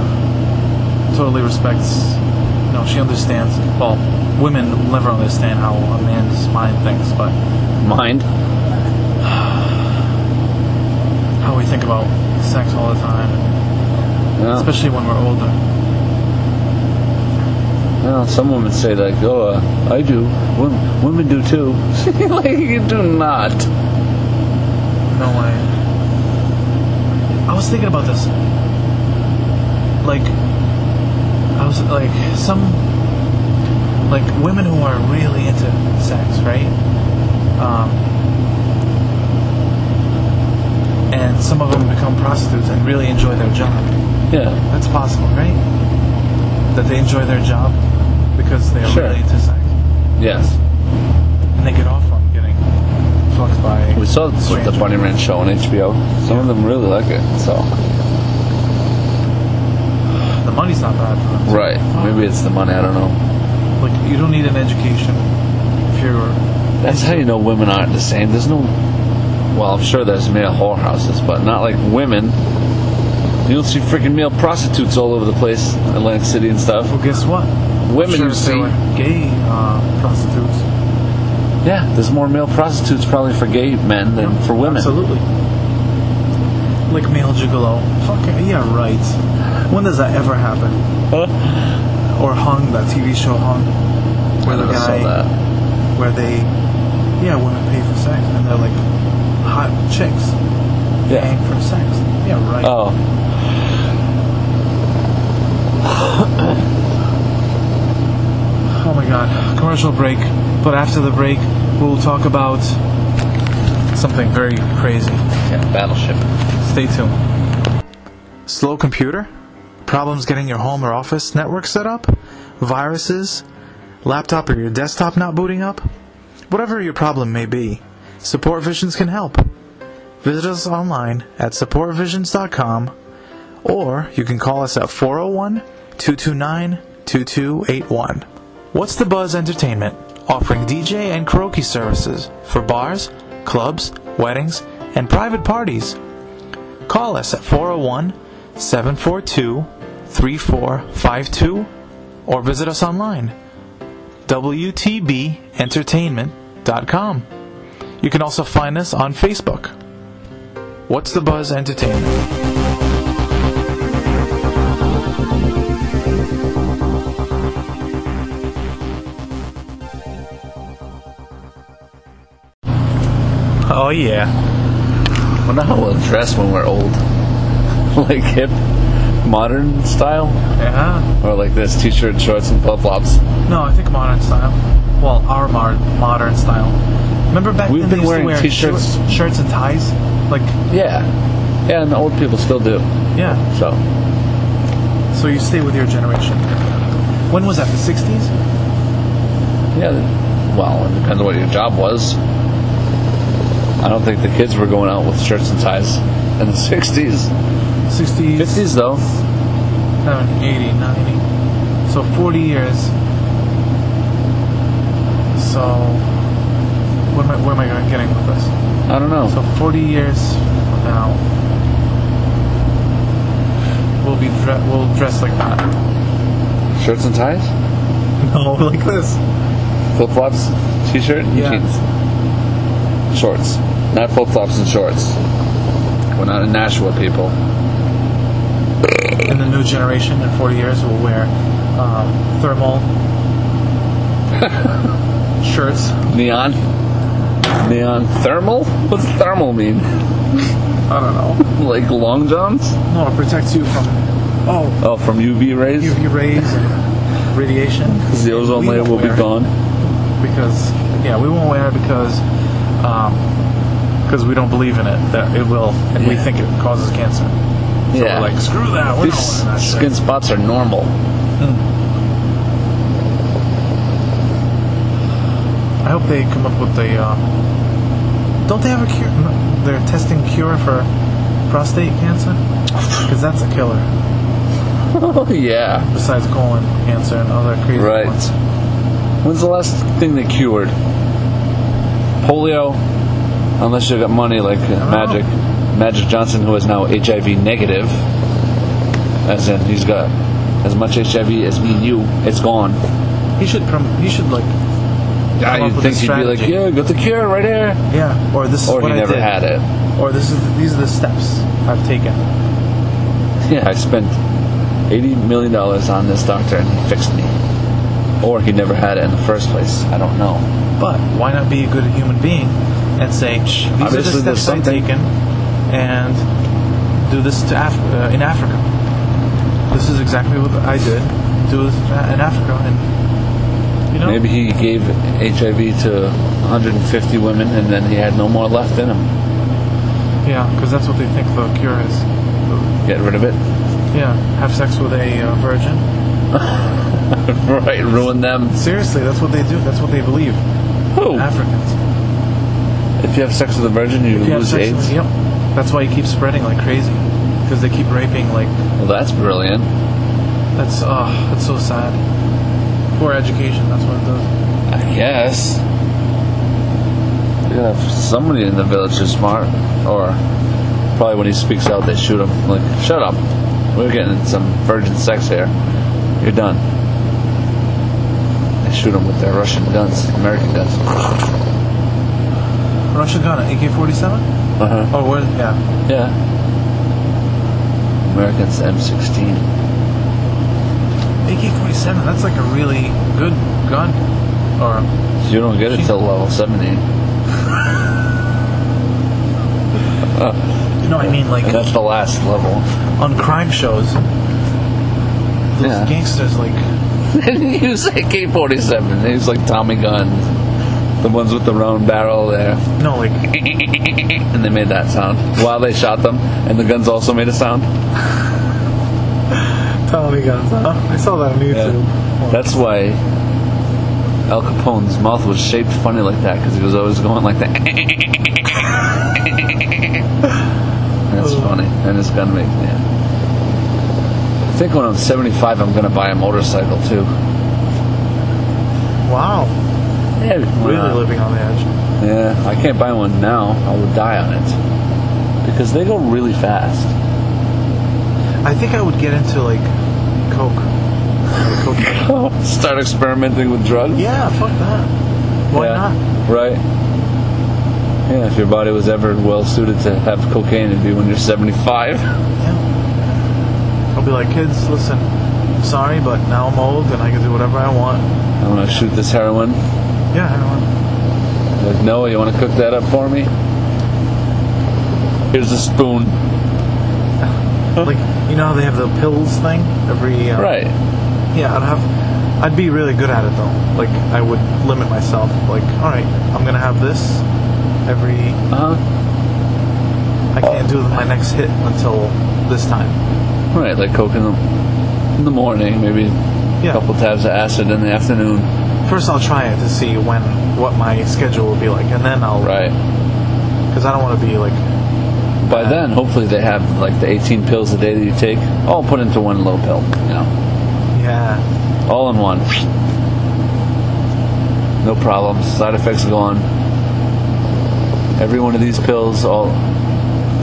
totally respects, you know, she understands. Well, women will never understand how a man's mind thinks, but Mind. how we think about sex all the time, Yeah. especially when we're older. Well, some women say like, "Oh, uh, I do. Women, women do too." like you do not. No way. I was thinking about this. Like, I was like some like women who are really into sex, right? Um, and some of them become prostitutes and really enjoy their job. Yeah. That's possible, right? That they enjoy their job because they are Sure. really into sex. Yes. And they get off on getting fucked by. We saw the strangers. Bunny Ranch show on HBO. Some of them really like it. So The money's not bad for them. right, maybe it's the money. I don't know. Like, you don't need an education if you're. That's how you know women aren't the same. There's no. Well, I'm sure there's male whorehouses, but not like women. You don't see freaking male prostitutes all over the place, Atlantic City and stuff. Well, guess what? Women sure you if see- They were gay uh, prostitutes. Yeah, there's more male prostitutes probably for gay men than for women. Absolutely. Like male gigolo. Fucking yeah, right. When does that ever happen? or hung that TV show hung, I where the never saw guy, that. where they, yeah, women pay for sex and they're like hot chicks Yeah. paying for sex. Yeah, right. Oh, Oh my god. Commercial break. But after the break, we'll talk about something very crazy. yeah, Battleship. Stay tuned. Slow computer? Problems getting your home or office network set up? Viruses? Laptop or your desktop not booting up? Whatever your problem may be, Support Visions can help. Visit us online at supportvisions.com or you can call us at 401 229 2281. What's the Buzz Entertainment? Offering DJ and karaoke services for bars, clubs, weddings, and private parties. Call us at 401 742 3452 or visit us online WTBEntertainment.com. You can also find us on Facebook. What's the Buzz Entertainment? Oh, yeah. I wonder how we'll dress when we're old. like hip, modern style? Yeah. Or like this t shirt, shorts, and flip flops. No, I think modern style. Well, our mar- modern style. Remember back We've then been they used wearing to wear t-shirts. short- shirts and ties. Like, Yeah. Yeah, and the old people still do. yeah. So, So you stay with your generation. When was that? The sixties? yeah. they- Well, it depends on what your job was. I don't think the kids were going out with shirts and ties in the 60s. Sixties. 50s, though. 70, 80, 90. So forty years. So where am I, where am I going- getting with this? I don't know. So 40 years from now, we'll be dre- we'll dress like that. Shirts and ties? No, like this. Flip flops, t shirt, and Yeah. jeans. Shorts. Not flip flops and shorts. We're not in Nashua, people. and the new generation in 40 years will wear um, thermal shirts. Neon? Neon thermal? What's thermal mean? I don't know. like long johns? No, it protects you from oh Oh, from UV rays? UV rays and radiation. Because the ozone We layer won't will be wear it gone. Because yeah, we won't wear it because because we don't believe in it that it will, and we Yeah. think it causes cancer. So Yeah. we're like screw that. We're These not wearing that shit. skin spots are normal. I hope they come up with a. Um, don't they have a cure? No, they're testing cure for prostate cancer because that's a killer. Oh, yeah. Besides colon cancer and other crazy Right. ones. When's the last thing that cured? Polio? Unless you got money like know. Magic. Magic Johnson, who is now HIV negative. As in, he's got as much HIV as me and you. It's gone. He should prom- He should like. come Yeah, up you'd with think a you'd be like, strategy. yeah, got the cure right here. Yeah. Or this is Or what he I never did. had it. Or this is these are the steps I've taken. Yeah, I spent eighty million dollars on this doctor and he fixed me. Or he never had it in the first place. I don't know. But why not be a good human being and say "Shh, these Obviously, are the there's steps I've something- taken, and do this to Af- uh, in Africa. This is exactly what I did. Do this in Africa, and you know, Maybe he gave HIV to 150 women and then he had no more left in him. yeah, because that's what they think the cure is. Get rid of it. Yeah, have sex with a uh, virgin. right, ruin them. Seriously, that's what they do. That's what they believe. Who? Africans. If you have sex with a virgin, you If you have lose sex with- AIDS. Yep. That's why it keeps spreading like crazy. Because they keep raping like Well, that's brilliant. that's oh that's so sad. Poor education. That's what it does. I guess. You gotta have somebody in the village who's smart, or probably when he speaks out, they shoot him. Like, shut up. We're getting some virgin sex here. You're done. They shoot him with their Russian guns, American guns. Russian gun AK-47. Uh huh. Oh, what? Yeah. Yeah. Americans M16. AK-47. That's like a really good gun. Or You don't get it till level 70. no, I mean like And that's the last level. on crime shows. Those Yeah. gangsters like And he used AK 47. He used like Tommy gun. The ones with the round barrel there. no like And they made that sound while they shot them. And the guns also made a sound. Tommy guns. Huh? I saw that on YouTube. That's why Al Capone's mouth was shaped funny like that because he was always going like that. That's funny. And it's gonna make yeah. I think when I'm 75, I'm gonna buy a motorcycle too. wow. Yeah, Really living on the edge. Yeah, I can't buy one now. I would die on it because they go really fast. I think I would get into like coke. Like, coke. Start experimenting with drugs. Yeah, fuck that. Why Yeah, not? Right. Yeah, if your body was ever well suited to have cocaine, it'd be when you're 75. Yeah. I'll be like, kids, listen, I'm sorry, but now I'm old and I can do whatever I want. I'm gonna shoot this heroin. Yeah, I Like, Noah, you wanna cook that up for me? Here's a spoon. don't want. Like, you know how they have the pills thing every. Uh, Right. Yeah, I'd have. I'd be really good at it though. Like, I would limit myself. Like, all right, I'm gonna have this every. Uh huh. I can't do my next hit until this time. Right, like coke in the, in the morning, maybe a Yeah. couple tabs of acid in the afternoon. First, I'll try it to see when what my schedule will be like, and then I'll. Right. Because I don't want to be like. By then, hopefully, they have like the 18 pills a day that you take, all put into one low pill, you know, Yeah. all in one. No problems. Side effects gone. Every one of these pills, all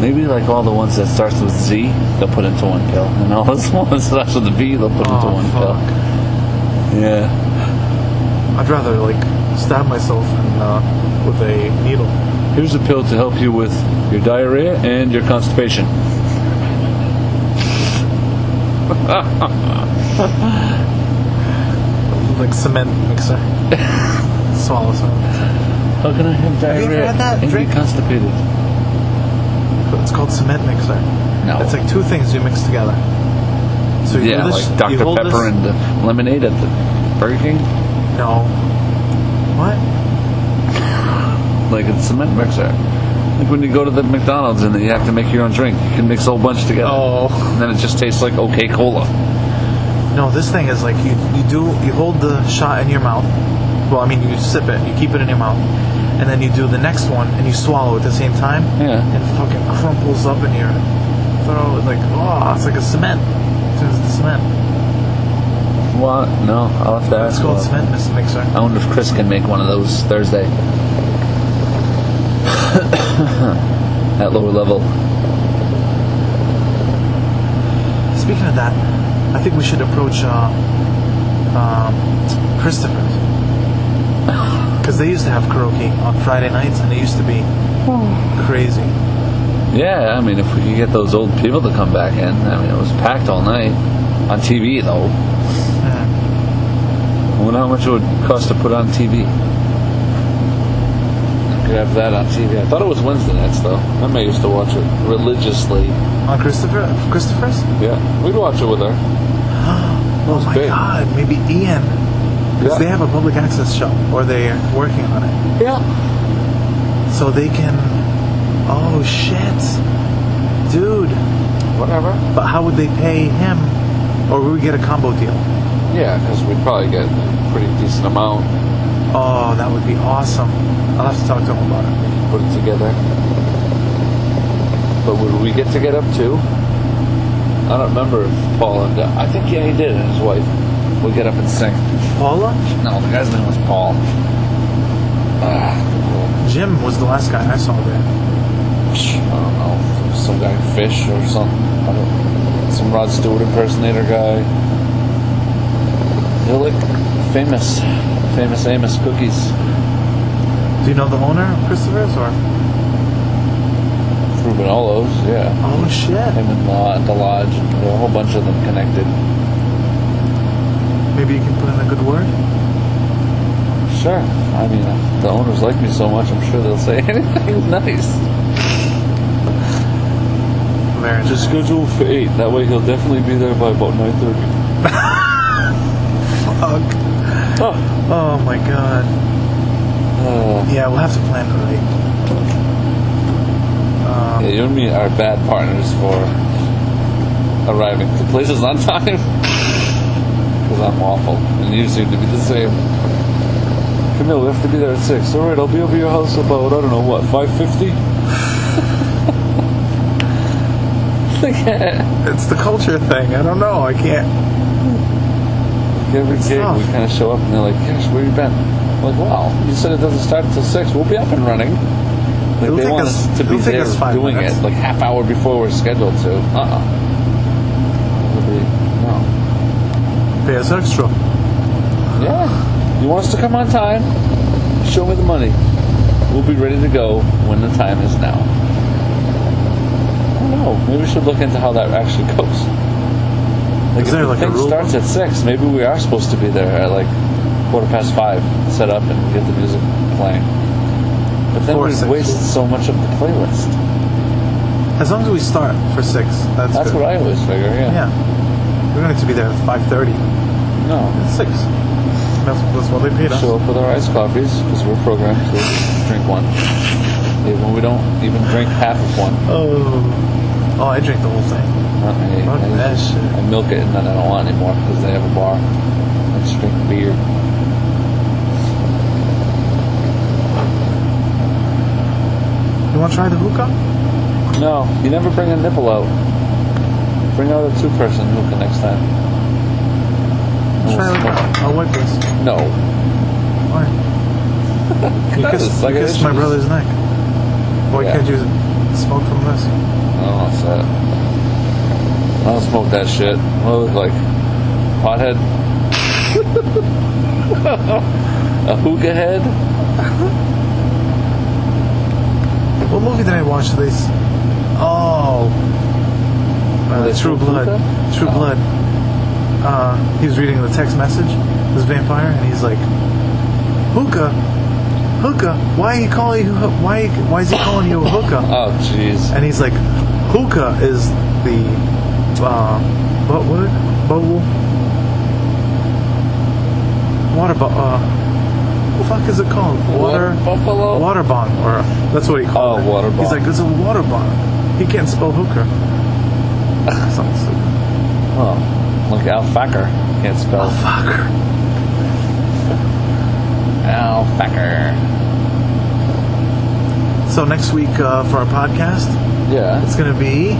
maybe like all the ones that starts with Z, they'll put into one pill, and all those ones that starts with V, they'll put into Oh, one fuck. pill. Yeah. I'd rather like stab myself and, uh, with a needle. Here's a pill to help you with your diarrhea and your constipation. Like cement mixer. Swallow cement. How can I have you diarrhea ever had that and drink? be constipated? It's called cement mixer. No. It's like two things you mix together. So you Yeah, hold this, like you Dr. hold Pepper this, and uh, lemonade at the Burger King. no. What? Like it's a cement mixer. Like when you go to the McDonald's and then you have to make your own drink, you can mix a whole bunch together. Oh. And then it just tastes like okay cola. No, this thing is like you, you do you hold the shot in your mouth. Well, I mean you sip it, you keep it in your mouth, and then you do the next one and you swallow at the same time. Yeah. And it fucking crumples up in your throat. It's like oh, it's like a cement. Turns to cement. What? No, I'll have to It's ask. called about- cement mis- mixer. I wonder if Chris can make one of those Thursday. at lower level. Speaking of that, I think we should approach uh, um, Christopher's. Because they used to have karaoke on Friday nights, and it used to be Hmm. crazy. Yeah, I mean, if we could get those old people to come back in, I mean, it was packed all night. On TV, though. Mm. I wonder how much it would cost to put on TV. Like you have that on TV. I thought it was Wednesday nights though. My mom used to watch it religiously. On Christopher, Christopher's? Yeah, we'd watch it with her. Oh my big. God! Maybe Ian, because Yeah. they have a public access show, or they're working on it, Yeah, so they can. Oh shit, dude! whatever. But how would they pay him? Or would we get a combo deal? Yeah, because we'd probably get a pretty decent amount, Oh, that would be awesome. I'll have to talk to him about it. put it together. But would we get to get up too? I don't remember if Paul and I think yeah he did and his wife would get up and sing. Paula, No, the guy's name was Paul. Ah, Jim was the last guy I saw there. I don't know, some guy Fish or something. I don't, some Rod Stewart impersonator guy. They're like famous, famous Amos cookies Do you know the owner of Christopher's or? Rubinolos, yeah. Oh shit! him and Lo- the lodge, and a whole bunch of them connected. Maybe you can put in a good word. Sure. I mean, the owners like me so much, I'm sure they'll say anything nice. Very Just schedule for eight. That way, he'll definitely be there by about nine thirty. fuck. Oh. Oh my god. Uh, Yeah, we'll have to plan it right. Um, yeah, you and me are bad partners for arriving to places on time because I'm awful, and you seem to be the same. Camille, we have to be there at six. All right, I'll be over your house about I don't know what five fifty. it's the culture thing. I don't know. I can't. Every It's gig, tough. we kind of show up and they're like, "Gosh, where you been?" I'm like, "Wow, you said it doesn't start until six. We'll be up and running." Like It'll they take want us- us, to be it'll take there us five doing minutes. it like half hour before we're scheduled to. Uh-uh. It'll be- No. Pay us extra. Yeah. You want us to come on time? Show me the money. We'll be ready to go when the time is now. I don't know. Maybe we should look into how that actually goes. Like Is if there, the like, a thing rule starts at six, maybe we are supposed to be there at like quarter past five, set up and get the music playing. But then Before we six. waste so much of the playlist. As long as we start for six, that's, That's good. what I always figure. Yeah. Yeah, we're going to be there at five thirty. No. It's six. That's, that's what they paid us. Show up with our iced coffees because we're programmed to drink one, even when we don't even drink half of one. Oh, oh, I drink the whole thing. Not me. Fuck I that just- shit. I milk it and then I don't want it anymore because they have a bar. I just drink beer. You want to try the hookah? No, you never bring a nipple out. Bring out a two-person hookah next time. Try hookah. I'll wipe this. No. Why? You That kissed, is you like an kissed my issue. brother's neck. Why Yeah. can't you smoke from this? Oh, that's that. I don't smoke that shit. What do I look like? Pothead? a hookah head? What movie did I watch this? Oh, uh, they True threw Blood. Pluto? True Oh. Blood. Uh, he was reading the text message, this vampire, and he's like, "Hookah, hookah. Why are you calling you? hoo- Why? Why is he calling you a hookah?" Oh, jeez. And he's like, "Hookah is the uh, what? What? Bubble? Water? Bu- uh, what the fuck is it called? Water? What, buffalo? water bomb, or that's what he called Oh, it. water He's bomb. like, it's a water bomb. He can't spell hooker. Something stupid. Oh, look, Al Facker. Can't spell. Oh, fucker. Al Facker. So next week uh, for our podcast, Yeah. it's gonna be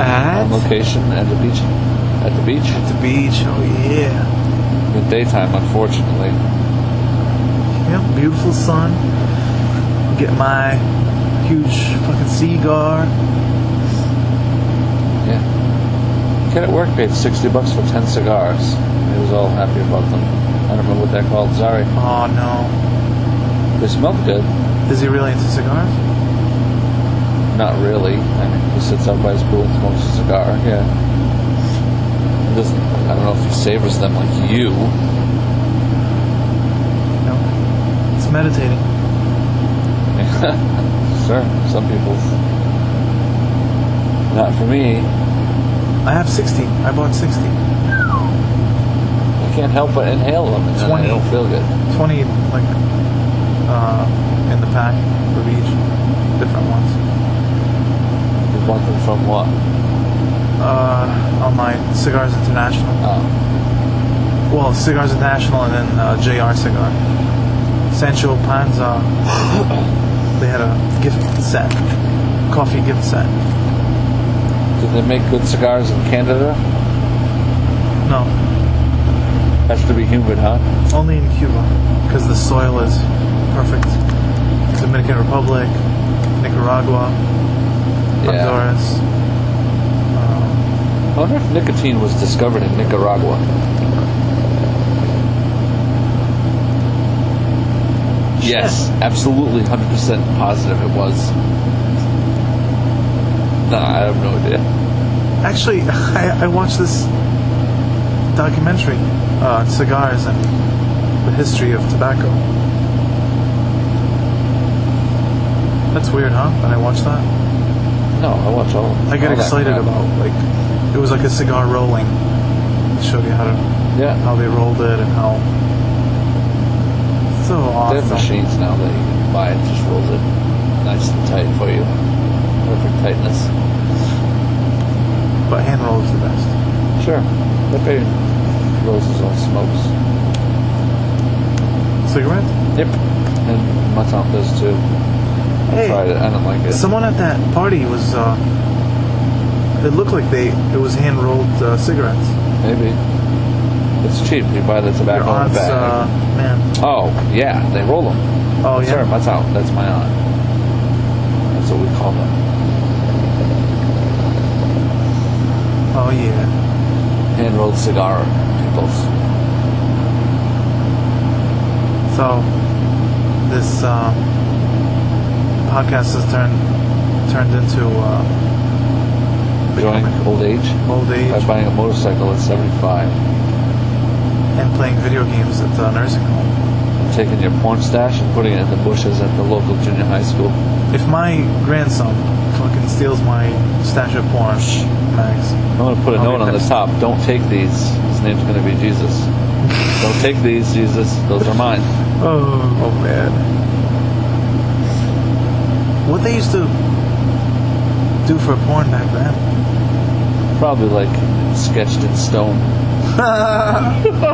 at on location at the beach. At the beach the beach. Oh yeah, in the daytime, unfortunately. yeah, beautiful sun. Get my huge fucking cigar. Yeah. Kid at work paid 60 bucks for 10 cigars. He was all happy about them. I don't know what they're called. Sorry. Oh no, They smelled good. is he really into cigars? Not really. I mean, he sits out by his pool and smokes a cigar. Yeah. He doesn't. I don't know if he savors them like you. No, it's meditating. sure, some people's. Not for me. I have 60. I bought 60. I can't help but inhale them, and then I 20. don't feel good. 20, like, uh, in the pack of each. Different ones. You want them from what? Uh, on my Cigars International. Oh, Well, Cigars International and then uh, JR Cigar. Sancho Panza. they had a gift set. Coffee gift set. do they make good cigars in Canada? No, Has to be humid, huh? only in Cuba because the soil is perfect. Dominican Republic, Nicaragua, Honduras. Um, I wonder if nicotine was discovered in Nicaragua. Yes, absolutely, 100% positive it was. Nah, I have no idea. actually, I, I watched this documentary uh, on cigars and the history of tobacco. That's weird, huh? That I watched that. No, I watch all. I got all that excited crap. about like it was like a cigar rolling. It showed you how to Yeah, how they rolled it and how. So they awesome. have machines now that you can buy and just rolls it nice and tight for you. Perfect tightness. But hand roll is the best. Sure. Okay. Roses on smokes. Cigarette? Yep. And my top does too. I Hey. tried it. I don't like it. Someone at that party was. Uh, it looked like they it was hand rolled uh, cigarettes. Maybe. It's cheap. You buy the Your tobacco in aunt's the bag. uh, man. oh, yeah. They roll them. Oh yeah. Sure, my top. That's my aunt. That's what we call them. Oh yeah. Hand rolled cigar peoples. So this uh, podcast has turned turned into uh, Enjoying old age old by age buying a motorcycle at 75. and playing video games at the nursing home. And taking your porn stash and putting it in the bushes at the local junior high school. If my grandson fucking steals my stash of porn, Max. I'm going to put a I'll note get on the that. top. Don't take these. His name's going to be Jesus. Don't take these, Jesus. Those are mine. Oh, oh man. What they used to do for porn back then? Probably like sketched in stone Uh-huh.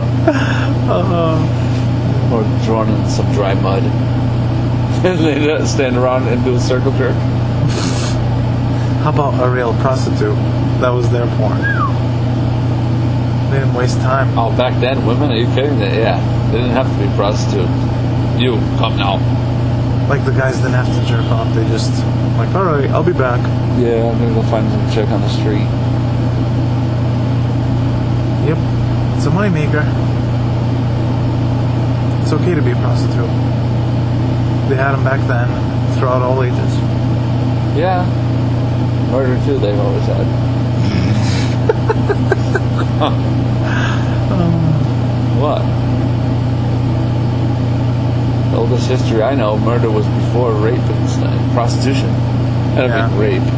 Uh, or drawn in some dry mud. And they just stand around and do a circle jerk. how about a real prostitute? That was their porn. They didn't waste time. Oh, back then, women? Are you kidding? They, yeah, they didn't have to be prostitutes. You come now. Like the guys didn't have to jerk off. They just like, all right, I'll be back. Yeah, I'm gonna go find some chick on the street. Yep, it's a moneymaker. It's okay to be a prostitute. They had them back then, throughout all ages. Yeah, murder too. They've always had. Um, What? The oldest history I know, murder was before rape and stuff. prostitution. I don't Yeah. mean rape.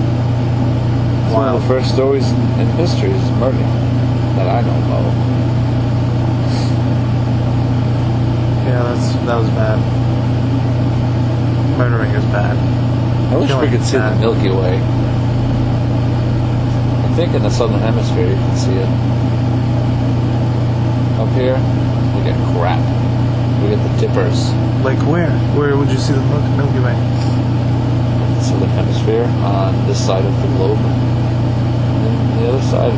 It's one of the first stories in, in history is murder that I know about. Yeah, that's that was bad. Murdering is bad. I wish we Killing could see the bad. Milky Way. I think in the southern hemisphere you can see it. Up here, we get crap. We get the dippers. Like where? Where would you see the Mil- Milky Way? the southern hemisphere on this side of the globe and the other side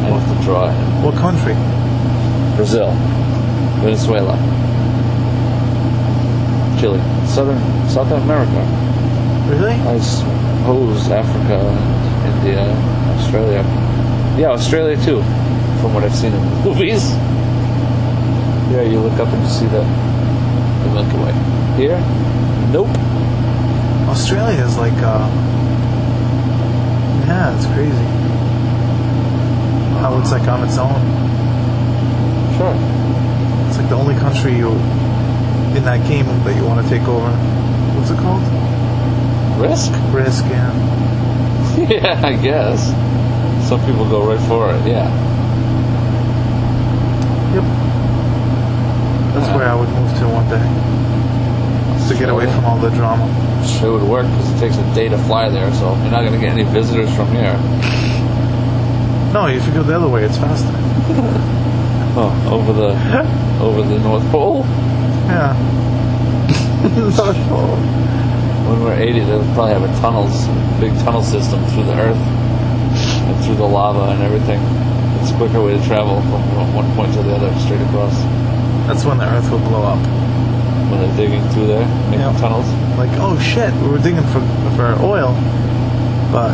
I have to draw it. What country? Brazil Venezuela Chile southern South America Really? I suppose Africa and India Australia yeah Australia too from what I've seen in the movies yeah you look up and you see the, the Milky Way here nope Australia is like uh Yeah, it's crazy. How it's like on its own. sure It's like the only country for you in that game that you want to take over. What's it called? Risk? Risk, yeah. yeah, I guess. Some people go right for it, yeah. Yep. That's Yeah. where I would move to one day. Just to get away from all the drama. It would work because it takes a day to fly there, so you're not going to get any visitors from here. No, if you go the other way, it's faster. Oh, over the over the North Pole? Yeah. Not at all. When we're 80, they'll probably have a tunnels, big tunnel system through the earth and through the lava and everything. It's a quicker way to travel from one point to the other, straight across. That's when the earth will blow up. When they're digging through there, making Yeah. tunnels. Like, oh shit, we were digging for for oil, but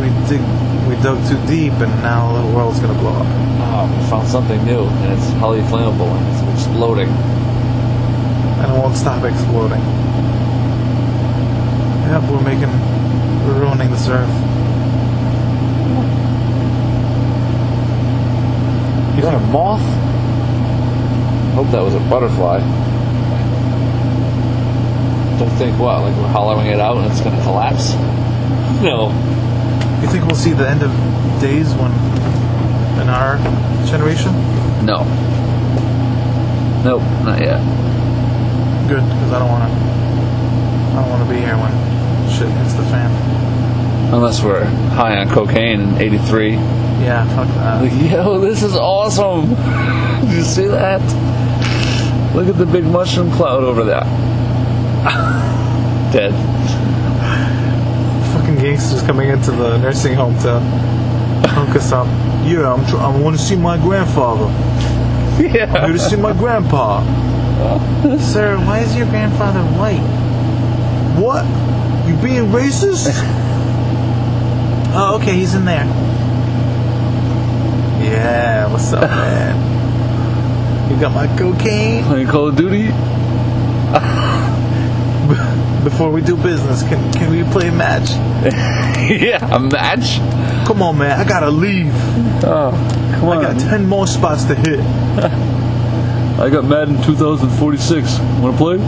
we dig we dug too deep, and now the world's gonna blow up. Oh, we found something new, and it's highly flammable, and it's exploding. and it won't stop exploding. Yep, we're making, we're ruining this earth. You got a moth? Hope that was a butterfly. Don't think what, like we're hollowing it out and it's gonna collapse? No. You think we'll see the end of days when, in our generation? No. Nope, not yet. Good, because I don't want to. I don't want to be here when shit hits the fan. Unless we're high on cocaine in 83. Like, Yeah, fuck that. yo, this is awesome! Did you see that? Look at the big mushroom cloud over there. Dead. Fucking gangsters coming into the nursing home to hook us up. Yeah, I'm. Tr- I want to see my grandfather. Yeah. I'm here to see my grandpa. Sir, why is your grandfather white? What? You being racist? oh, okay, he's in there. Yeah, what's up, man? You got my cocaine? Playing Call of Duty? Before we do business, can, can we play a match? yeah, a match? Come on, man, I gotta leave. Oh, come I got 10 more spots to hit. I got Madden 2046. Want to play?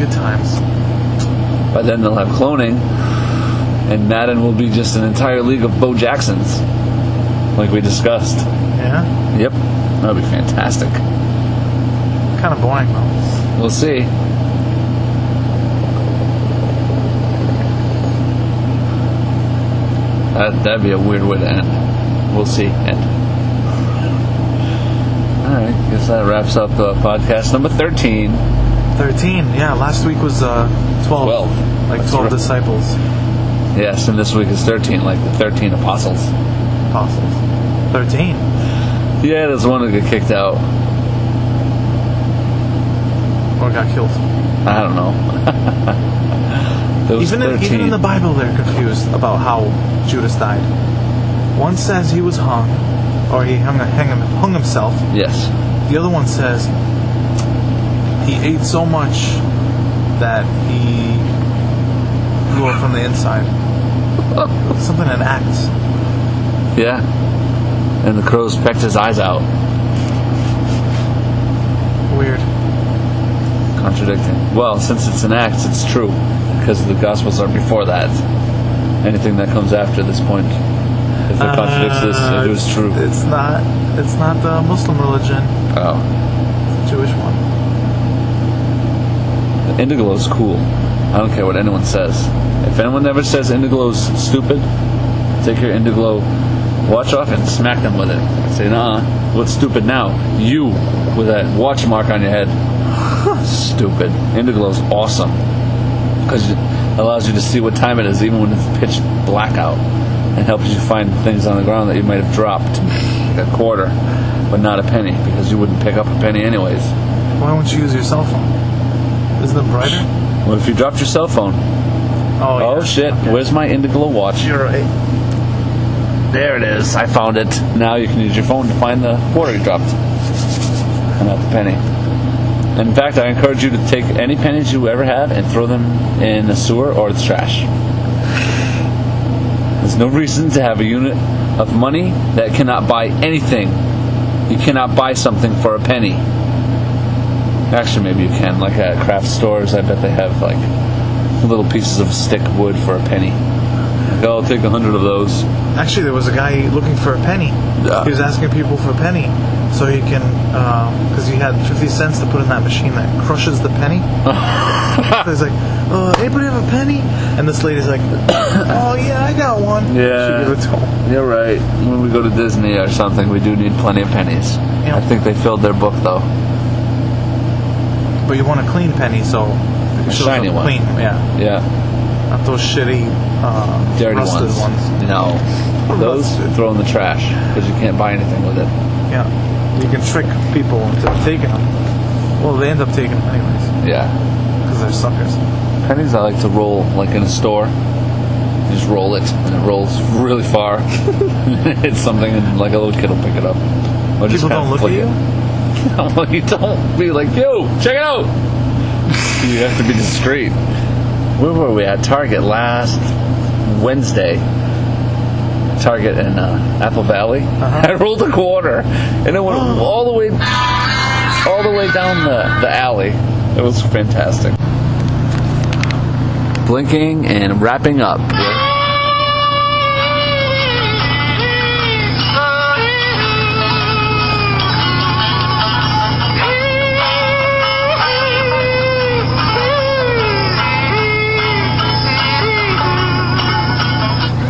Good times. By then they'll have cloning, and Madden will be just an entire league of Bo Jacksons, like we discussed. Yeah? Yep, that'd be fantastic. Kinda boring, though. We'll see. That, that'd be a weird way to end. We'll see. End. All right, guess that wraps up uh, podcast number 13. 13, yeah, last week was uh, 12. 12. Like That's 12 right. disciples. Yes, and this week is 13, like the 13 apostles. apostles. Thirteen. Yeah, there's one that got kicked out. Or got killed. I don't know. there was Even in, 13. even in the Bible, they're confused about how Judas died. One says he was hung, or he hung, hang, hung himself. yes. The other one says he ate so much that he blew up from the inside. Something in Acts. Yeah. And the crows pecked his eyes out. Weird. Contradicting. Well, since it's in Acts, it's true. Because the Gospels are before that. Anything that comes after this point, if it contradicts this, Uh, it was true. It's not. It's not the Muslim religion. Oh. It's the Jewish one. Indigo is cool. I don't care what anyone says. If anyone ever says Indiglo's stupid, take your Indiglo watch off and smack them with it. Say, nah, what's stupid now? You, with that watch mark on your head. stupid. Indiglo's awesome. Because it allows you to see what time it is, even when it's pitch black out. And helps you find things on the ground that you might have dropped. Like a quarter, but not a penny, because you wouldn't pick up a penny anyways. Why won't you use your cell phone? Isn't it brighter? Well, if you dropped your cell phone, Oh, Oh yeah. shit, Okay. where's my Indiglo watch? You're right. There it is, I found it. Now you can use your phone to find the quarter you dropped. And not the penny. In fact, I encourage you to take any pennies you ever have and throw them in the sewer or the trash. There's no reason to have a unit of money that cannot buy anything. You cannot buy something for a penny. Actually, maybe you can. Like at craft stores, I bet they have like little pieces of stick wood for a penny. Like, I'll take a hundred of those. Actually, there was a guy looking for a penny. Yeah. He was asking people for a penny so he can, because he had 50 cents to put in that machine that crushes the penny. so he's like, uh, anybody have a penny? And this lady's like, oh yeah, I got one. Yeah. She gave it to him. You're right. When we go to Disney or something, we do need plenty of pennies. Yeah. I think they filled their book though. But you want a clean penny, so it A shows shiny up one. Clean, yeah. Yeah, Not those shitty, uh, dirty rusted ones. No, those Rusted. throw in the trash because you can't buy anything with it. Yeah. You can trick people into taking them. Well, they end up taking them anyways Yeah, because they're suckers. pennies I like to roll like in a store. You just roll it, and it rolls really far. Hits something, and like a little kid will pick it up. Or just kinda People don't look at flick you. it. No, you don't be like, yo, check it out. you have to be discreet. Where were we at Target last Wednesday? Target in uh, Apple Valley. I rolled a quarter, and it went all the way, all the way down the, the alley. It was fantastic. Blinking and wrapping up.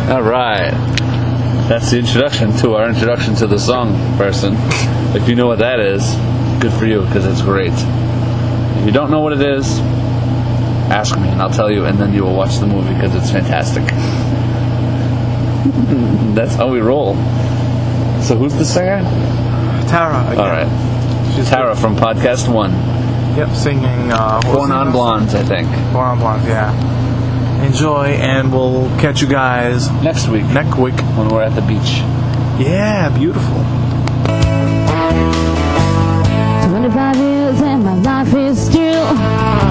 All right. That's the introduction to our introduction to the song person. If you know what that is, good for you because it's great. If you don't know what it is, ask me and I'll tell you, and then you will watch the movie because it's fantastic. That's how we roll. So who's the singer? Tara again. All right, She's Tara from Podcast One, Yep, singing. Uh, what was Going the on name? Blondes, I think. Going on blonde. Yeah. Enjoy, and we'll catch you guys Next week next week. when we're at the beach. Yeah, beautiful. 25 years and my life is still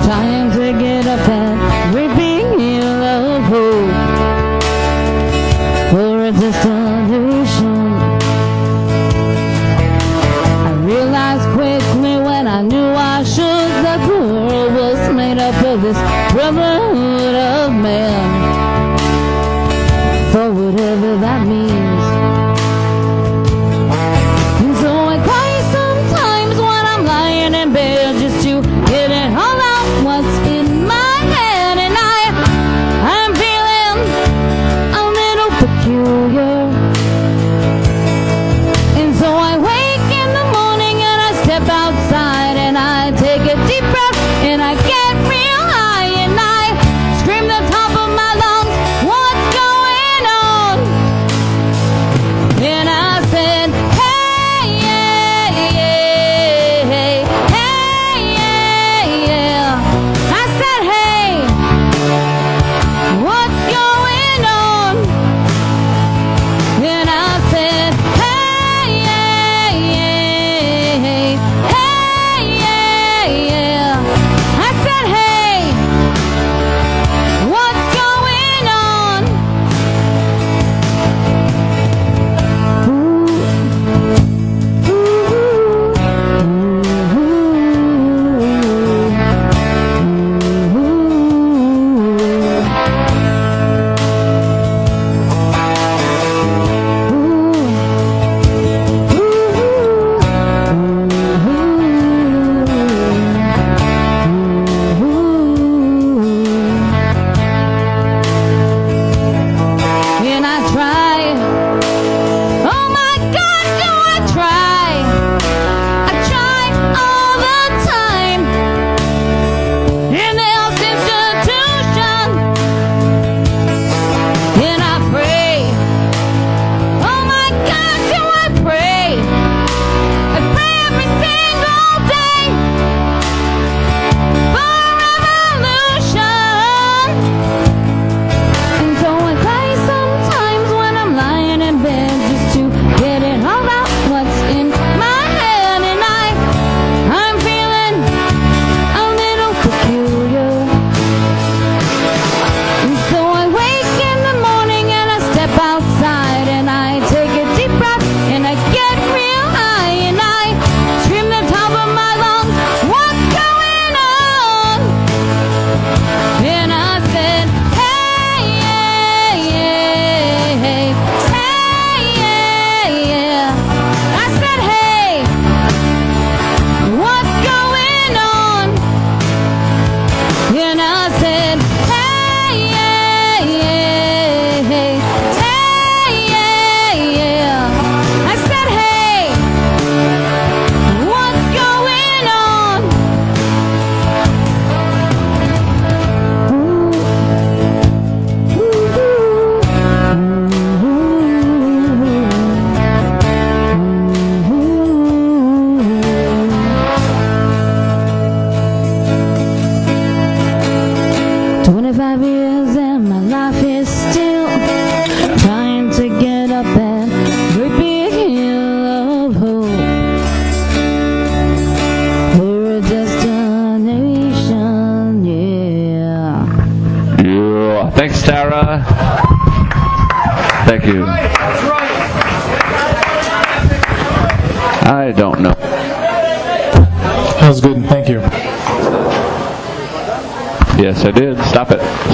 trying to get up that ripping hill of hope for a dissolution. I realized quickly when I knew I should that the world was made up of this brotherhood of men. For whatever that means. And so I cry sometimes when I'm lying in bed just to get it all out what's in my head. Oh Oh uh, thank you. I don't know. That was good. Thank you. Yes, I did. Stop it.